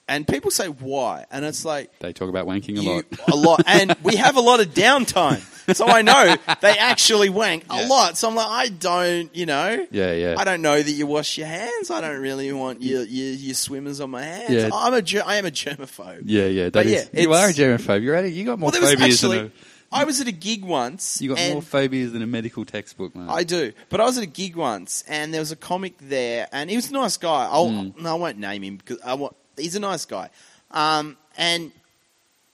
S2: and people say why, and it's like
S1: they talk about wanking a
S2: you-
S1: lot.
S2: a lot, and we have a lot of downtime, so I know they actually wank a
S1: Yeah.
S2: lot. So I'm like, I don't, you know.
S1: yeah, yeah.
S2: I don't know that you wash your hands. I don't really want your your, your swimmers on my hands.
S1: Yeah.
S2: I'm a ger- I am a germaphobe.
S1: yeah, yeah. That
S2: But
S1: is-
S2: yeah,
S1: you
S2: it's-
S1: are a germaphobe. You're at it. You got more
S2: Well, there was
S1: phobias
S2: actually.
S1: than
S2: I was at a gig once.
S1: a, you got
S2: and
S1: more phobias than a medical textbook, man.
S2: I do, but I was at a gig once, and there was a comic
S1: Hmm.
S2: there, and he was a nice guy. I'll, No, I won't name him because I want. He's a nice guy, um, And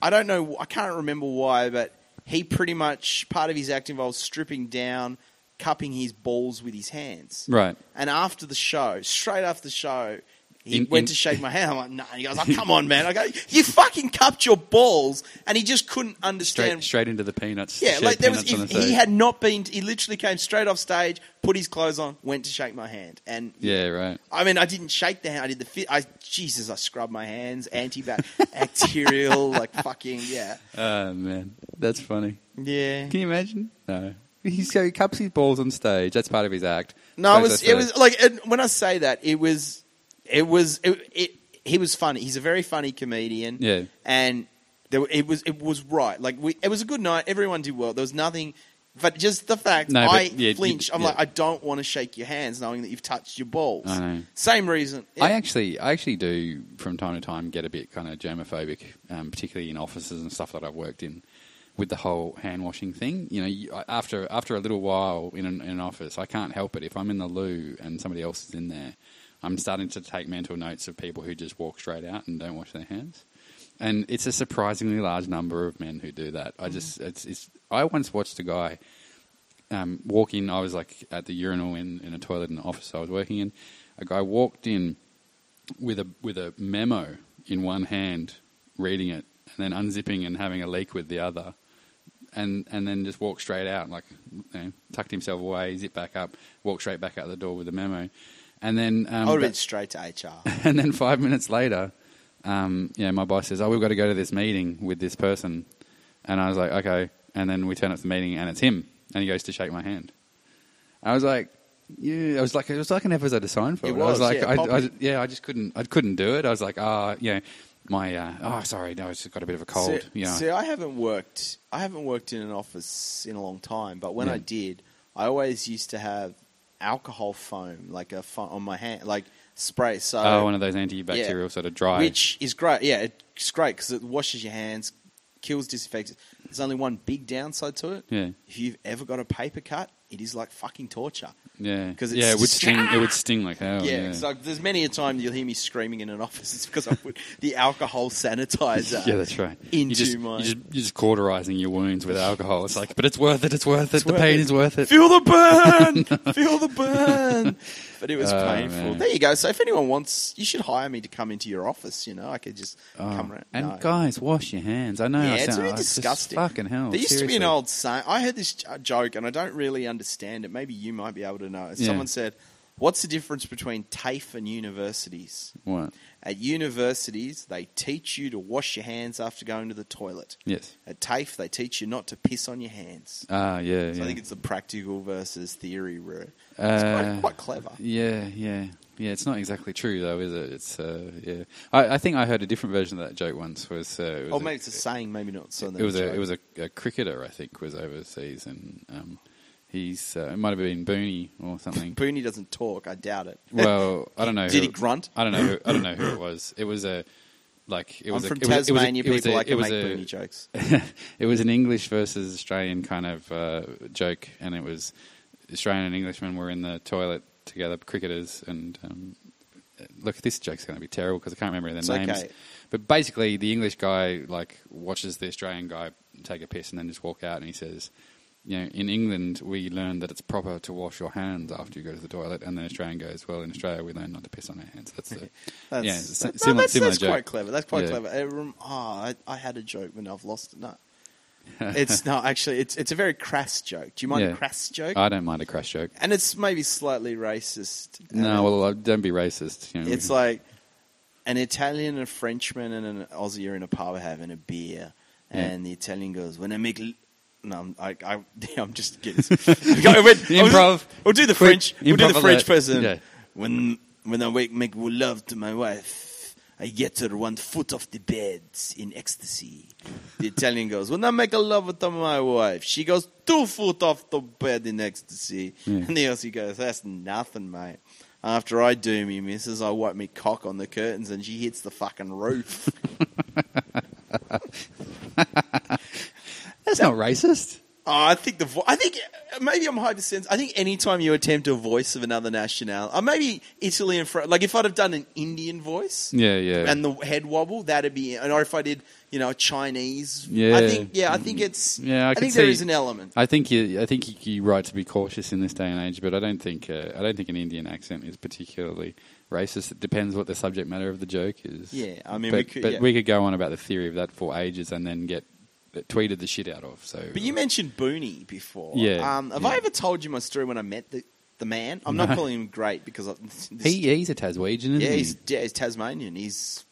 S2: I don't know, I can't remember why, but he pretty much, part of his act involves stripping down, cupping his balls with his hands.
S1: Right.
S2: And after the show, straight after the show, he
S1: In-
S2: went
S1: in-
S2: to shake my hand. I'm like, nah. He goes, oh, come on, man. I go, you fucking cupped your balls. And he just couldn't
S1: Straight,
S2: understand.
S1: straight into the peanuts.
S2: yeah,
S1: shared
S2: like there was,
S1: peanuts on
S2: if
S1: the
S2: he
S1: stage.
S2: had not been, he literally came straight off stage, put his clothes on, went to shake my hand. And
S1: Yeah, right.
S2: I mean, I didn't shake the hand. I did the fit. I Jesus, I scrubbed my hands, antibacterial, like fucking yeah,
S1: Oh man, that's funny.
S2: yeah.
S1: Can you imagine? No. He's, so he cups his balls on stage. That's part of his act.
S2: No, it
S1: Suppose
S2: was
S1: that's
S2: it
S1: a-
S2: was like and when I say that, it was it was it, it. He was funny. He's a very funny comedian.
S1: Yeah.
S2: and there, were- it was it was right. Like we, it was a good night. Everyone did well. There was nothing. But just the fact
S1: No,
S2: I
S1: but, yeah, you-
S2: flinched, I'm
S1: yeah.
S2: like, I don't want to shake your hands, knowing that you've touched your balls.
S1: I know.
S2: Same reason.
S1: I actually, I actually do from time to time get a bit kind of germophobic, um, particularly in offices and stuff that I've worked in, with the whole hand washing thing. You know, you, I- after after a little while in an, in an office, I can't help it. If I'm in the loo and somebody else is in there, I'm starting to take mental notes of people who just walk straight out and don't wash their hands. And it's a surprisingly large number of men who do that. I just, it's, it's. I once watched a guy um, walk in. I was like at the urinal in, in a toilet in the office I was working in. A guy walked in with a with a memo in one hand, reading it, and then unzipping and having a leak with the other, and and then just walked straight out, like you know, tucked himself away, zipped back up, walked straight back out the door with the memo, and then um,
S2: I would have been straight to HR.
S1: and then five minutes later, um, you know, my boss says, "Oh, we've got to go to this meeting with this person," and I was like, "Okay." And then we turn up to the meeting, and it's him, and he goes to shake my hand. I was like, "Yeah," I was like, it was like an episode of Seinfeld.
S2: It
S1: I was
S2: was,
S1: like,
S2: yeah,
S1: I, I,
S2: Poppy.
S1: yeah, I just couldn't, I couldn't do it. I was like, ah, you know, my, uh, oh, sorry, no, I just got a bit of a cold.
S2: See,
S1: you know,
S2: see, I haven't worked. I haven't worked in an office in a long time. But when
S1: Yeah.
S2: I did, I always used to have alcohol foam, like a foam on my hand, like spray. So,
S1: oh, one of those antibacterial sort of dry.
S2: uh, which is great. Yeah, it's great because it washes your hands, kills disinfectants. There's only one big downside to it.
S1: Yeah.
S2: If you've ever got a paper cut, it is like fucking torture.
S1: yeah,
S2: 'cause it's
S1: yeah, it would
S2: just-
S1: sting. It would sting like hell.
S2: yeah,
S1: Oh, Yeah,
S2: it's like there's many a time you'll hear me screaming in an office. It's because I put the alcohol sanitizer.
S1: Yeah, that's right. you
S2: into
S1: just,
S2: my-
S1: you just, you're just cauterizing your wounds with alcohol. It's like, but it's worth it. It's worth it. the
S2: worth
S1: pain
S2: it.
S1: is worth it.
S2: Feel the burn, feel the burn. But it was
S1: Oh,
S2: painful.
S1: man.
S2: There you go. So if anyone wants, you should hire me to come into your office. You know, I could just
S1: Oh,
S2: come around.
S1: And
S2: No.
S1: guys, wash your hands. I know.
S2: yeah,
S1: I
S2: it's
S1: sound,
S2: really
S1: oh, just
S2: disgusting.
S1: fucking hell.
S2: There used to be an
S1: seriously.
S2: old saying. I heard this j- joke, and I don't really understand it. Maybe you might be able to know. it.
S1: Yeah.
S2: Someone said, "What's the difference between TAFE and universities?
S1: What?
S2: At universities, they teach you to wash your hands after going to the toilet.
S1: Yes.
S2: At TAFE, they teach you not to piss on your hands."
S1: Ah, yeah.
S2: So
S1: yeah.
S2: I think it's the practical versus theory route. It's
S1: Uh,
S2: quite, quite clever.
S1: Yeah, yeah, yeah. It's not exactly true though, is it? It's uh, yeah. I, I think I heard a different version of that joke once. Was, uh, it was
S2: Or
S1: a-
S2: Oh, maybe it's a saying, maybe not. So
S1: it was a it was a, a cricketer I think was overseas and um, he's uh, it might have been Booney or something.
S2: Booney doesn't talk. I doubt it.
S1: Well, I don't know.
S2: Did
S1: who-
S2: he grunt?
S1: I don't know. Who, I don't know who it was. It was a like it
S2: I'm
S1: was a,
S2: from
S1: it was- it was a-
S2: Tasmania.
S1: it was a-
S2: People like
S1: it
S2: to
S1: was
S2: make
S1: a-
S2: Booney jokes.
S1: it was an English versus Australian kind of uh, joke, and it was Australian and Englishmen were in the toilet together, cricketers, and um, look, this joke's going to be terrible because I can't remember their
S2: It's
S1: names.
S2: okay.
S1: But basically, the English guy like watches the Australian guy take a piss and then just walk out, and he says. You know, in England, we learn that it's proper to wash your hands after you go to the toilet, and the Australian goes, "Well, in Australia, we learn not to piss on our hands." That's the
S2: That's,
S1: yeah, it's a
S2: that- no,
S1: similar,
S2: that's,
S1: similar
S2: that's
S1: joke.
S2: quite clever. That's quite
S1: Yeah.
S2: clever. It rem- oh, I, I had a joke, but I've lost it. No, it's not actually. It's it's a very crass joke. Do you mind
S1: Yeah.
S2: a crass joke?
S1: I don't mind a crash joke.
S2: and it's maybe slightly racist.
S1: No,
S2: And
S1: well, uh, don't be racist. You know,
S2: it's like an Italian, a Frenchman, and an Aussie are in a pub having a beer,
S1: Yeah.
S2: and the Italian goes, "When I make." L- no, I'm, I, I, I'm just getting. I went- I was-
S1: Improv.
S2: We'll do the
S1: Quick
S2: French. We'll do
S1: improv
S2: the
S1: alert.
S2: French person.
S1: Yeah.
S2: When when I wake, make love to my wife, I get her one foot off the bed in ecstasy. The Italian goes, when I make love with my wife, she goes two foot off the bed in ecstasy.
S1: Yeah.
S2: And the Aussie goes, that's nothing, mate. After I do me, missus, I wipe me cock on the curtains and she hits the fucking roof.
S1: that's not racist.
S2: Oh, I think the vo- I think maybe I'm hypersensitive. I think anytime you attempt a voice of another nationality, or maybe Italy and French. Like if I'd have done an Indian voice
S1: Yeah, yeah.
S2: and the head wobble, that'd be. And or if I did, you know, a Chinese.
S1: Yeah.
S2: I think yeah, I think it's
S1: Yeah, I
S2: I
S1: can
S2: think there
S1: see-
S2: is an element.
S1: I think you, I think you're right to be cautious in this day and age, but I don't think uh, I don't think an Indian accent is particularly racist. It depends what the subject matter of the joke is.
S2: Yeah, I mean,
S1: but,
S2: we could-
S1: but
S2: yeah.
S1: we could go on about the theory of that for ages and then get tweeted the shit out of. So,
S2: But you mentioned Booney before.
S1: Yeah,
S2: Um, have
S1: yeah.
S2: I ever told you my story when I met the the man? I'm not
S1: No.
S2: calling him great because I, this,
S1: he he's a Taswegian, isn't
S2: yeah,
S1: he?
S2: he's, yeah, he's Tasmanian. He's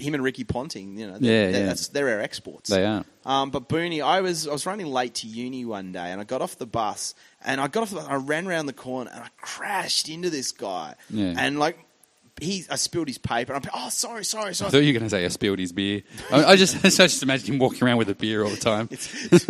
S2: him and Ricky Ponting. You know,
S1: Yeah,
S2: they're,
S1: yeah.
S2: they're, That's, they're our exports.
S1: they are.
S2: Um, but Booney, I was I was running late to uni one day, and I got off the bus, and I got off. The, I ran around the corner, and I crashed into this guy,
S1: Yeah.
S2: and like he, I spilled his paper. And I'm oh sorry, sorry,
S1: I
S2: sorry.
S1: thought you were going to say I spilled his beer. I, I just I just imagine him walking around with a beer all the time.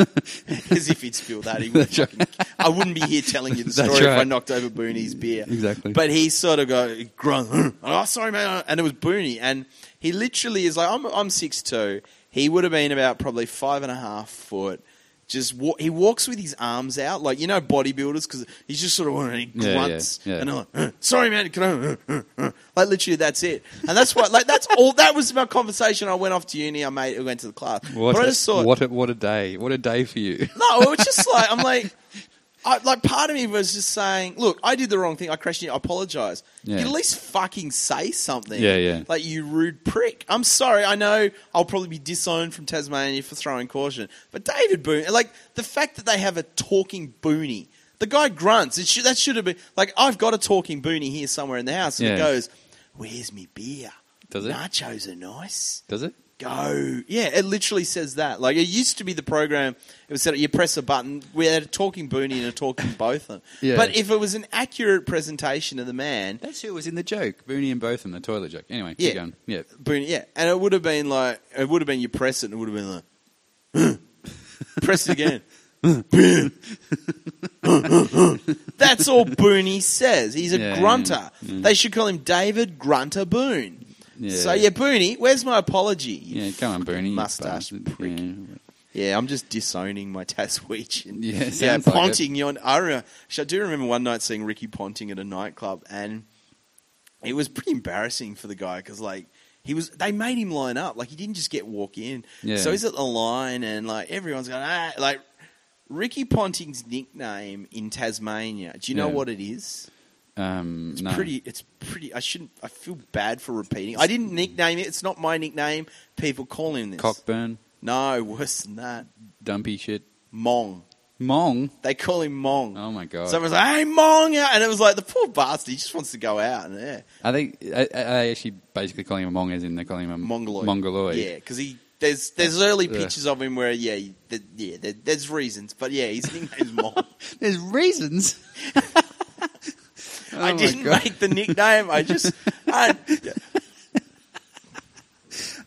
S2: As if he'd spilled that, he would
S1: That's right.
S2: fucking, I wouldn't be here telling you the
S1: That's
S2: story if I
S1: right.
S2: knocked over Booney's beer.
S1: Exactly.
S2: But he sort of go grunt. Oh, sorry, man. And it was Booney, and he literally is like, I'm I'm six two. He would have been about probably five and a half foot. Just wa- he walks with his arms out, like you know bodybuilders, because he's just sort of and he
S1: Yeah, yeah,
S2: grunts,
S1: yeah.
S2: and I'm like, "Uh, sorry, man, can I? uh, uh, uh?" Like literally, that's it, and that's what, like that's all. That was my conversation. I went off to uni. I made, I went to the class,
S1: What,
S2: but I
S1: a,
S2: just saw
S1: what a what a day! What a day for you.
S2: no, it was just like I'm like, I, like part of me was just saying, look, I did the wrong thing. I crashed in. I apologize.
S1: Yeah.
S2: You at least fucking say something.
S1: Yeah, yeah.
S2: Like you rude prick. I'm sorry. I know I'll probably be disowned from Tasmania for throwing caution, but David Boone, like the fact that they have a talking boony. The guy grunts. It should, that should have been like I've got a talking boony here somewhere in the house, and it
S1: Yeah.
S2: goes, "Where's me beer?
S1: Does it?
S2: Nachos are nice."
S1: Does it?
S2: go. Yeah, it literally says that. Like it used to be the program. It was that you press a button. We had a talking Booney and a talking Botham.
S1: Yeah.
S2: But if it was an accurate presentation of the man,
S1: That's who was in the joke. Booney and Botham, the toilet joke. Anyway,
S2: Yeah.
S1: keep going. Yeah.
S2: Booney, yeah, and it would have been like it would have been you press it and it would have been like press it again. That's all Booney says. He's a
S1: Yeah, Mm.
S2: grunter. They should call him David Grunter Boone.
S1: Yeah.
S2: So yeah, Booney, where's my apology? you
S1: Yeah, come on, Booney. you
S2: mustache
S1: bastard.
S2: prick.
S1: Yeah.
S2: Yeah, I'm just disowning my Taswegian.
S1: Yeah, sounds
S2: yeah,
S1: like it.
S2: Ponting. Yon, I, remember, actually, I do remember one night seeing Ricky Ponting at a nightclub, and it was pretty embarrassing for the guy because like he was, they made him line up. Like he didn't just get walk in.
S1: Yeah.
S2: So he's at the line, and like everyone's going, ah, like Ricky Ponting's nickname in Tasmania. Do you know
S1: Yeah.
S2: what it is?
S1: Um,
S2: It's
S1: no.
S2: pretty. It's pretty. I shouldn't. I feel bad for repeating. I didn't nickname it. It's not my nickname. People call him this.
S1: Cockburn,
S2: No, worse than that.
S1: dumpy shit.
S2: Mong.
S1: Mong.
S2: They call him Mong.
S1: Oh my god.
S2: Someone's like, "Hey, Mong!" out," and it was like the poor bastard. He just wants to go out and yeah,
S1: I think I, I I actually basically call him a Mong as in they call him a
S2: mongoloid,
S1: Mongoloid.
S2: yeah, because he there's there's early
S1: Yeah.
S2: pictures of him where yeah, he- th yeah, there, there's reasons, but yeah, his nickname's Mong.
S1: There's reasons. Oh,
S2: I
S1: my
S2: didn't
S1: God.
S2: make the nickname. I just I,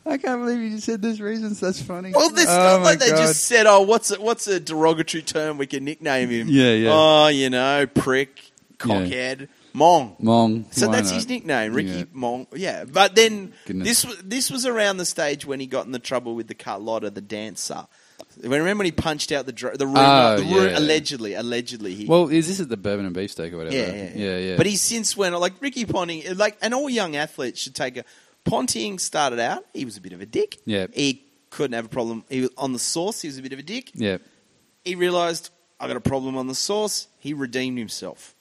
S1: I can't believe you just said there's reasons. That's funny.
S2: well, this
S1: oh my
S2: like they
S1: God.
S2: just said, "Oh, what's a, what's a derogatory term we can nickname him?"
S1: Yeah, yeah.
S2: Oh, you know, prick, cockhead, Mong.
S1: Mong.
S2: So
S1: why
S2: that's
S1: not?
S2: his nickname, Ricky
S1: Yeah.
S2: Mong. Yeah, but then
S1: Goodness.
S2: this was this was around the stage when he got in the trouble with the Carlotta, the dancer. Remember when he punched out the dr- the rumor,
S1: Oh,
S2: the ru-
S1: yeah.
S2: allegedly, allegedly he.
S1: Well, is this at the bourbon and beefsteak or whatever?
S2: yeah, yeah,
S1: yeah.
S2: But he's since went like Ricky Ponting, like, and all young athletes should take a. Ponting started out; he was a bit of a dick.
S1: Yeah.
S2: he couldn't have a problem. He was on the source; he was a bit of a dick.
S1: yeah.
S2: He realized I got a problem on the source. He redeemed himself.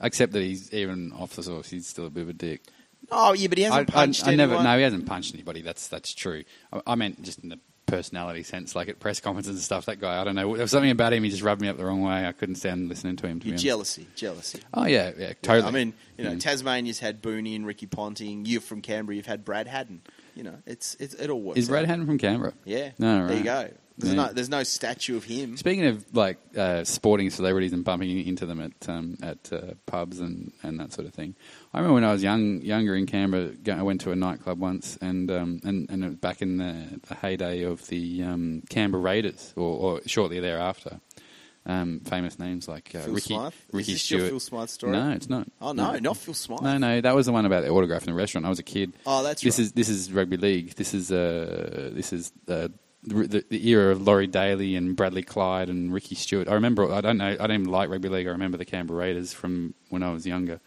S1: Except that he's even off the source. He's still a bit of a dick.
S2: Oh yeah, but he
S1: I,
S2: hasn't
S1: I,
S2: punched
S1: I never.
S2: anyone.
S1: No, he hasn't punched anybody. That's that's true. I, I meant just in the personality sense, like at press conferences and stuff. That guy, I don't know. There was something about him. He just rubbed me up the wrong way. I couldn't stand listening to him. To be
S2: Your
S1: honest.
S2: jealousy, jealousy.
S1: Oh yeah, yeah, totally. Mm.
S2: I mean, you know,
S1: Yeah.
S2: Tasmania's had Booney and Ricky Ponting. You're from Canberra. You've had Brad Haddon. You know, it's, it's it all works.
S1: is Brad
S2: out.
S1: Haddon from Canberra?
S2: Yeah.
S1: No,
S2: There you
S1: right.
S2: go. There's
S1: Yeah.
S2: no there's no statue of him.
S1: Speaking of like uh, sporting celebrities and bumping into them at um, at uh, pubs and, and that sort of thing, I remember when I was young younger in Canberra, go- I went to a nightclub once, and um, and and it was back in the, the heyday of the um, Canberra Raiders, or, or shortly thereafter, um, famous names like uh,
S2: Phil
S1: Ricky
S2: Smythe.
S1: Ricky
S2: is this
S1: Stewart.
S2: your Phil Smythe story?
S1: No, it's not.
S2: Oh no, not Phil Smythe.
S1: No, no, that was the one about the autograph in the restaurant. I was a kid.
S2: Oh, that's
S1: this
S2: right.
S1: is this is rugby league. This is uh, this is uh, the, the era of Laurie Daly and Bradley Clyde and Ricky Stewart. I remember. I don't know. I don't even like rugby league. I remember the Canberra Raiders from when I was younger.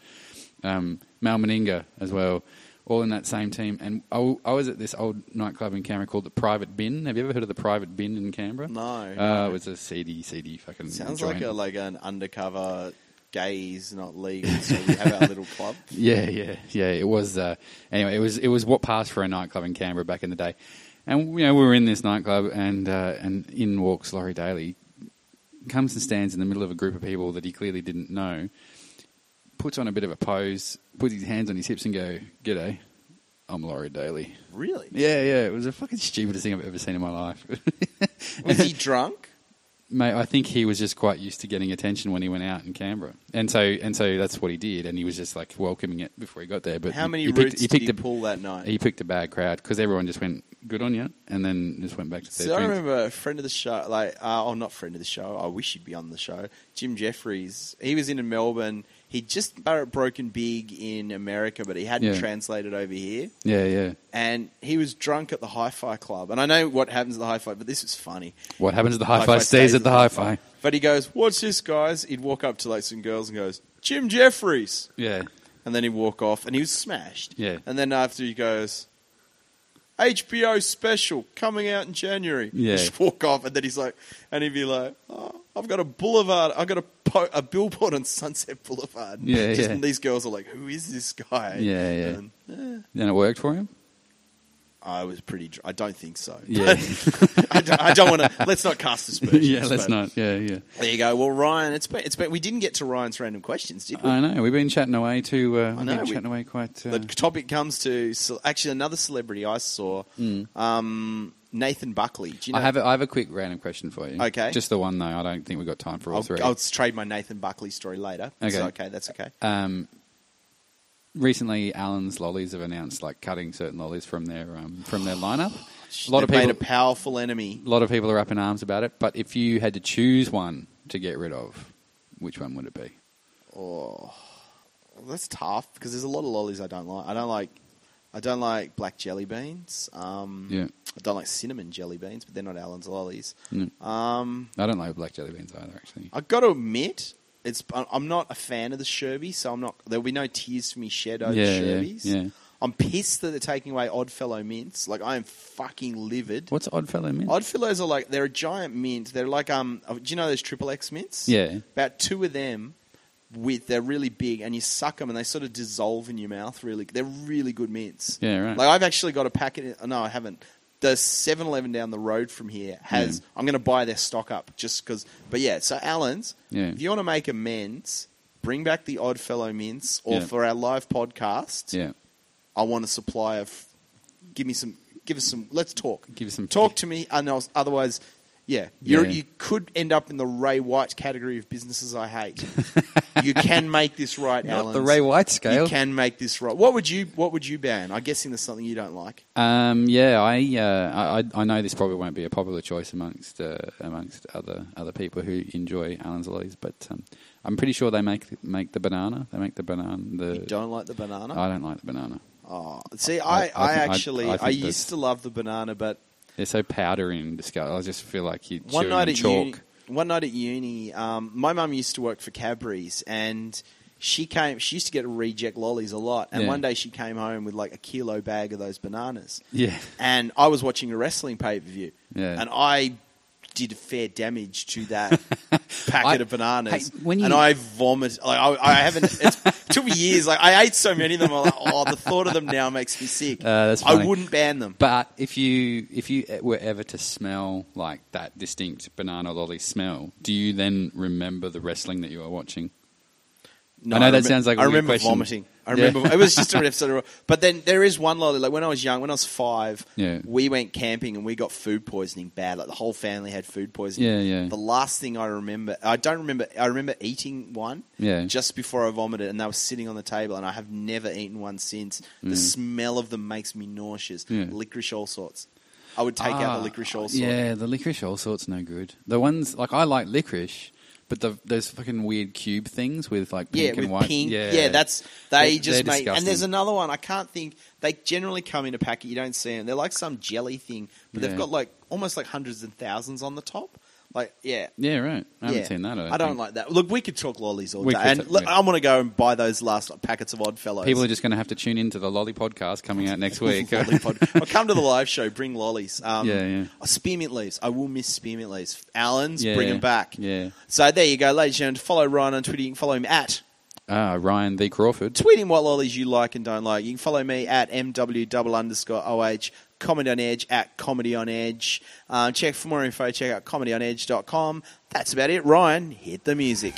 S1: Um, Mal Meninga as well, all in that same team. And I, I was at this old nightclub in Canberra called the Private Bin. Have you ever heard of the Private Bin in Canberra?
S2: No.
S1: Uh, it was a seedy, seedy fucking.
S2: Sounds
S1: joint.
S2: like a like an undercover gays, not legal. So we have our little club.
S1: Yeah, yeah, yeah. It was uh, anyway. It was it was what passed for a nightclub in Canberra back in the day, and you know we were in this nightclub, and uh, and in walks Laurie Daly, comes and stands in the middle of a group of people that he clearly didn't know, puts on a bit of a pose, puts his hands on his hips, and go, "G'day, I'm Laurie Daly."
S2: Really?
S1: Yeah, yeah. It was the fucking stupidest thing I've ever seen in my life.
S2: Was he drunk?
S1: Mate, I think he was just quite used to getting attention when he went out in Canberra, and so and so that's what he did, and he was just like welcoming it before he got there. But
S2: How many
S1: he
S2: roots
S1: picked, he
S2: did
S1: picked
S2: he
S1: a,
S2: pull that night?
S1: He picked a bad crowd because everyone just went good on you, and then just went back to their
S2: So I
S1: drinks.
S2: remember a friend of the show, like, uh, oh, not friend of the show. I wish he'd be on the show. Jim Jeffries. He was in in Melbourne. He'd just bar- broken big in America, but he hadn't
S1: Yeah.
S2: translated over here.
S1: Yeah, yeah.
S2: And he was drunk at the Hi-Fi Club. And I know what happens at the Hi-Fi, but this is funny.
S1: What happens at the hi-fi,
S2: Hi-Fi
S1: stays at the hi-fi.
S2: But he goes, "What's this, guys?" He'd walk up to like some girls and goes, "Jim Jeffries,"
S1: Yeah,
S2: and then he'd walk off, and he was smashed.
S1: Yeah.
S2: And then after he goes, "HBO special coming out in January."
S1: Yeah.
S2: He'd Just walk off, and then he's like, and he'd be like, "Oh, I've got a boulevard. I've got a po- a billboard on Sunset Boulevard."
S1: Yeah,
S2: Just,
S1: yeah.
S2: And these girls are like, "Who is this guy?"
S1: Yeah, yeah.
S2: And, eh,
S1: then it worked for him.
S2: I was pretty. Dr- I don't think so.
S1: Yeah.
S2: But I don't, want to. Let's not cast aspersions.
S1: yeah, let's
S2: but-
S1: not. Yeah, yeah.
S2: there you go. Well, Ryan, it's been, it's been, we didn't get to Ryan's random questions, did we?
S1: I know we've been chatting away to. Uh, we've
S2: know,
S1: been
S2: we-
S1: chatting away quite. Uh,
S2: the topic comes to ce- actually another celebrity I saw, um, Nathan Buckley. Do you know?
S1: Hmm. I have a, I have a quick random question for you.
S2: Okay.
S1: just the one though. I don't think we've got time for all
S2: I'll,
S1: three.
S2: I'll trade my Nathan Buckley story later. It's
S1: Okay.
S2: okay, that's okay.
S1: Um, recently, Allen's lollies have announced like cutting certain lollies from their um, from
S2: Oh,
S1: their lineup. A lot of
S2: They've
S1: people,
S2: made a powerful enemy.
S1: a lot of people are up in arms about it. But if you had to choose one to get rid of, which one would it be?
S2: Oh, well, that's tough because there's a lot of lollies I don't like. I don't like, I don't like black jelly beans. Um,
S1: Yeah,
S2: I don't like cinnamon jelly beans, but they're not Alan's lollies.
S1: No.
S2: Um,
S1: I don't like black jelly beans either. Actually,
S2: I've got to admit, it's I- I'm not a fan of the Sherby, so I'm not. There'll be no tears for me shed over
S1: yeah, yeah,
S2: Sherbies.
S1: yeah.
S2: I'm pissed that they're taking away Oddfellow mints. Like I am fucking livid.
S1: What's Oddfellow mint?
S2: Oddfellows are like they're a giant mint. They're like um, do you know those triple X mints?
S1: yeah,
S2: about two of them. With they're really big, and you suck them, and they sort of dissolve in your mouth. Really, they're really good mints.
S1: yeah, right.
S2: Like I've actually got a packet. uh, No, I haven't. The 7-Eleven down the road from here has. I'm going to buy their stock up just because. But yeah, so Allen's.
S1: Yeah.
S2: If you want to make amends, bring back the Odd Fellow mints, or
S1: Yeah.
S2: for our live podcast,
S1: yeah,
S2: I want a supply of. Give me some. Give us some. Let's talk.
S1: give us some
S2: Talk to me, and else, otherwise, yeah, you're,
S1: Yeah.
S2: you could end up in the Ray White category of businesses I hate. you can make this right,
S1: Not
S2: Allen's.
S1: the Ray White
S2: You
S1: scale.
S2: can make this right. What would you What would you ban? I'm guessing there's something you don't like.
S1: Um, yeah, I, uh, I I know this probably won't be a popular choice amongst uh, amongst other other people who enjoy Alan's lollies, but um, I'm pretty sure they make make the banana. They make the banana. The
S2: You don't like the banana.
S1: Uh, I don't like the banana.
S2: oh, see, I, I,
S1: I- I think- I-
S2: actually
S1: I
S2: I,
S1: think that's-
S2: used to love the banana, but
S1: They're so powdery and disgusting. I just feel like you
S2: one
S1: chewing
S2: night
S1: on
S2: at
S1: chalk.
S2: uni, one night at uni, um, my mum used to work for Cadbury's, and she came. She used to get reject lollies a lot, and
S1: Yeah.
S2: one day she came home with like a kilo bag of those bananas,
S1: yeah,
S2: and I was watching a wrestling pay per view,
S1: Yeah.
S2: and I did fair damage to that packet
S1: I-
S2: of bananas,
S1: hey, when you-
S2: and I vomit. Like I, I haven't. It's, it took me years. Like I ate so many of them. I'm like, oh, the thought of them now makes me sick.
S1: Uh, that's
S2: I
S1: funny.
S2: wouldn't ban them.
S1: but if you if you were ever to smell like that distinct banana lolly smell, do you then remember the wrestling that you were watching?
S2: No,
S1: I know that
S2: remem-
S1: sounds like a
S2: I
S1: weird
S2: remember
S1: question.
S2: vomiting. I
S1: Yeah.
S2: remember it was just an episode. Of, but then there is one lolly. Like when I was young, when I was five,
S1: Yeah.
S2: we went camping and we got food poisoning bad. Like the whole family had food poisoning.
S1: Yeah, yeah.
S2: The last thing I remember, I don't remember. I remember eating one.
S1: Yeah.
S2: Just before I vomited, and they were sitting on the table, and I have never eaten one since. The smell of them makes me nauseous.
S1: Mm. Yeah.
S2: Licorice all sorts. I would take out
S1: Ah,
S2: the licorice all sorts.
S1: Yeah, the licorice all sorts no good. The ones like I like licorice, But the, those fucking weird cube things with like pink
S2: yeah,
S1: and
S2: with
S1: white.
S2: pink. Yeah. that's they
S1: They're-
S2: just
S1: they're
S2: make. And there's
S1: disgusting.
S2: another one I can't think. They generally come in a packet. You don't see them. They're like some jelly thing, but
S1: Yeah.
S2: they've got like almost like hundreds and thousands on the top. Like yeah.
S1: yeah, right. I haven't
S2: yeah.
S1: seen that. I don't,
S2: I don't
S1: think.
S2: like that. Look, we could talk lollies all
S1: We
S2: day,
S1: could
S2: and
S1: talk-
S2: look,
S1: yeah.
S2: I want to go and buy those last like, packets of Odd Fellows.
S1: People are just going to have to tune into the Lolly podcast coming out next
S2: Lolly
S1: week.
S2: pod. I'll come to the live show. Bring lollies. Um,
S1: Yeah, yeah.
S2: oh, Spearmint leaves. I will miss spearmint leaves. Allen's,
S1: Yeah,
S2: bring them back.
S1: yeah.
S2: So there you go, ladies and gentlemen. Follow Ryan on Twitter. You can follow him at
S1: Ah, Ryan the Crawford.
S2: tweet him what lollies you like and don't like. You can follow me at mw double underscore oh comedy on edge at comedy on edge. Uh, Um, check for more info. Check out comedyonedge.com. That's about it. Ryan, hit the music.